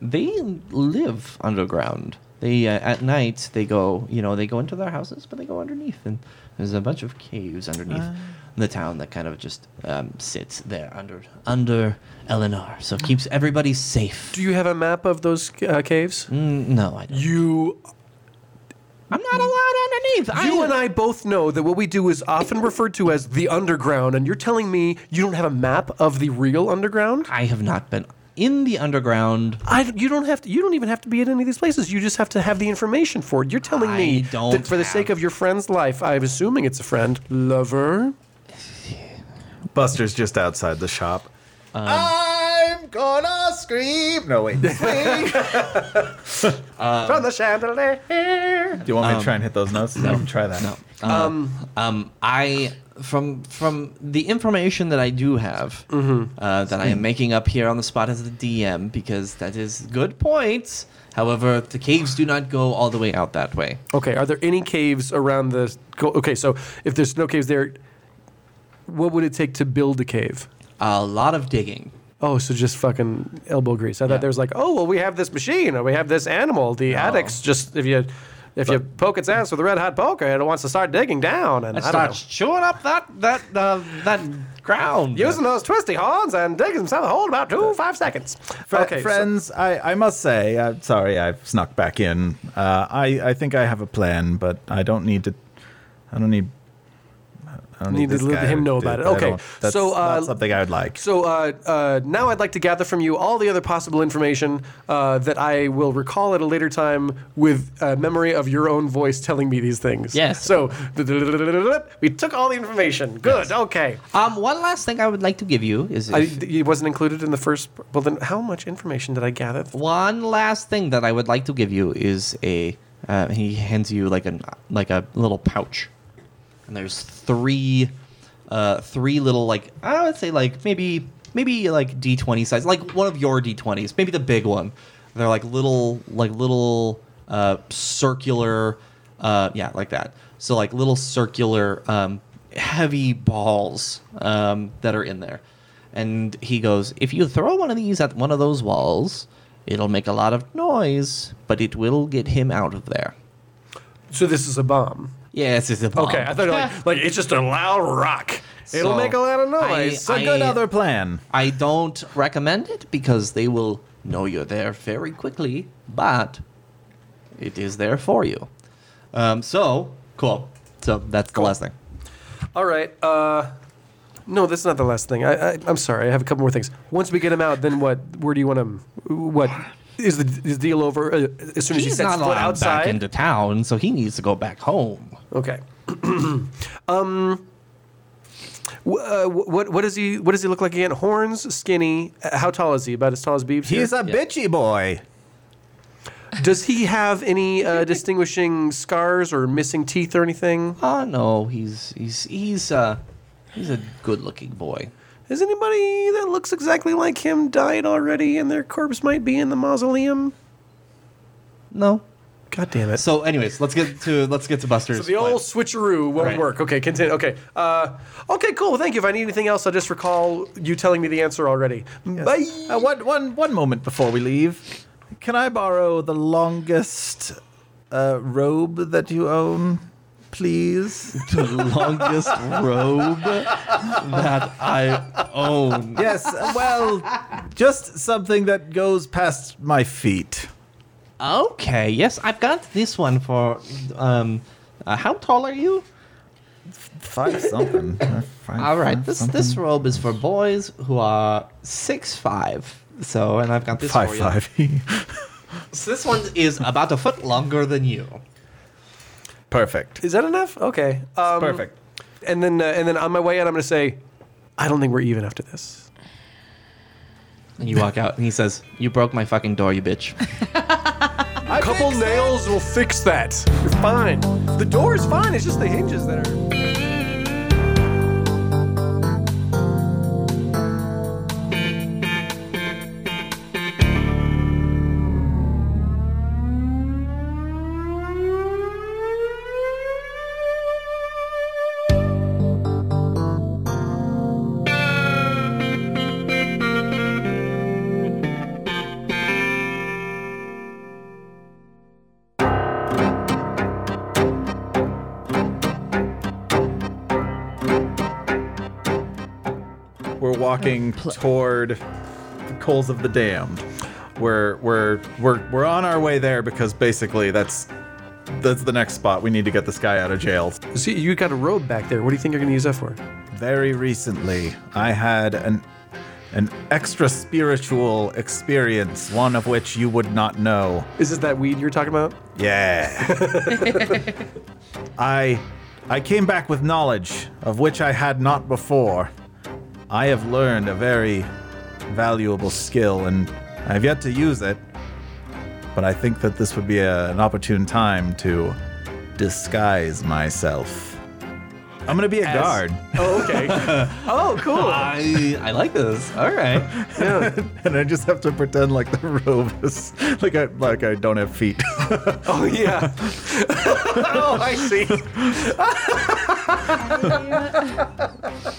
they live underground. They uh, at night they go, you know, they go into their houses, but they go underneath, and there's a bunch of caves underneath
Ah.
the town that kind of just um, sits there under under Eleanor, so it keeps everybody safe.
Do you have a map of those uh, caves?
Mm, no, I don't.
You,
I'm not allowed underneath.
you and I both know that what we do is often referred to as the underground, and you're telling me you don't have a map of the real underground?
I have not been in the underground.
I, you don't have to. You don't even have to be at any of these places. You just have to have the information for it. You're telling me
I don't
that for the sake
have-
of your friend's life, I'm assuming it's a friend, lover.
Buster's just outside the shop.
Um,
I'm gonna scream. No, wait. Do
From the chandelier.
you want me
Um,
to try and hit those notes? No, try that. No.
Um, I from from the information that I do have uh, that I am making up here on the spot as the DM because that is good points. However, the caves do not go all the way out that way.
Okay. Are there any caves around the? co- Okay. So if there's no caves there, what would it take to build a cave?
A lot of digging.
Oh, so just fucking elbow grease. I
Yeah.
thought there was like, oh well, we have this machine or we have this animal. The addicts just if you If you poke its ass with a red hot poker, it wants to start digging down, and
It
I don't
starts chewing up that that uh, that ground.
know. using those twisty horns and digging himself a hole in about two five seconds.
Fri-
so-
friends, I, I must say, uh, sorry, I've snuck back in. Uh, I I think I have a plan, but I don't need to. I don't need. I don't
Need to
this
let
guy
him know
do
about it.
I
Okay,
don't- that's
so, uh,
not something I would like.
So uh, uh, now I'd like to gather from you all the other possible information uh, that I will recall at a later time with a memory of your own voice telling me these things.
Yes.
So we took all the information. Good. Okay.
Um, one last thing I would like to give you is
I,
if-
it wasn't included in the first. Well, then how much information did I gather?
one last thing that I would like to give you is a. Uh, he hands you like an like a little pouch, and there's three, uh, three little like I would say like maybe maybe like D20 size, like one of your D20s, maybe the big one. They're like little like little uh, circular, uh, yeah, like that. So like little circular um, heavy balls um, that are in there. And he goes, If you throw one of these at one of those walls, it'll make a lot of noise, but it will get him out of there.
So this is a bomb.
Yes, it's a bomb.
Okay, I thought like, like it's just a loud rock. It'll
So
make a lot of
I-
noise.
it's a good
I-
other plan.
I don't recommend it because they will know you're there very quickly, but it is there for you. Um, so, cool. So that's the last thing.
All right. Uh, no, that's not the last thing. I, I, I'm sorry. I have a couple more things. Once we get him out, then what? Where do you want him? What is the is deal over? Uh, as soon as he
He's
sets
not
foot
allowed back
outside.
into town, so he needs to go back home.
okay. um. wh- Uh, wh- what what does he what does he look like again? Horns, skinny. Uh, How tall is he? About as tall as Beebs. here?
He's a bitchy boy.
Does he have any uh, distinguishing scars or missing teeth or anything?
Oh no, he's he's he's uh he's a good-looking boy.
Has anybody that looks exactly like him died already, and their corpse might be in the mausoleum?
No.
God damn it!
So, anyways, let's get to let's get to Buster's.
So the old
plan.
switcheroo won't
Right.
work. Okay, continue. Okay. Uh, okay, cool. Well, thank you. If I need anything else, I'll just recall you telling me the answer already. Bye.
Uh, one, one, one moment before we leave. Can I borrow the longest uh, robe that you own, please?
the longest robe that I own.
yes, uh, well, just something that goes past my feet.
Okay, yes, I've got this one for um uh, how tall are you?
Five something. Five,
All right, this this robe is for boys who are six five. So, and I've got this
Five
for you.
five.
So this one is about a foot longer than you.
Perfect.
Is that enough? Okay. Um,
Perfect.
And then, uh, and then on my way out, I'm going to say, I don't think we're even after this.
And you walk out, and he says, "You broke my fucking door, you bitch."
A couple nails will fix that. You're fine. The door is fine. It's just the hinges that are.
We're walking toward the coals of the damned. We're we're we're we're on our way there because basically that's that's the next spot. We need to get this guy out of jail.
See, you got a robe back there. What do you think you're going to use that for?
Very recently, I had an an extra spiritual experience, one of which you would not know.
Is this that weed you're talking about?
Yeah. I I came back with knowledge of which I had not before. I have learned a very valuable skill and I have yet to use it. But I think that this would be a- an opportune time to disguise myself. I'm gonna be a guard.
Oh, okay. oh, cool.
I I like this. All right.
and I just have to pretend like the robe is like I like I don't have feet.
Oh, yeah. oh, I see.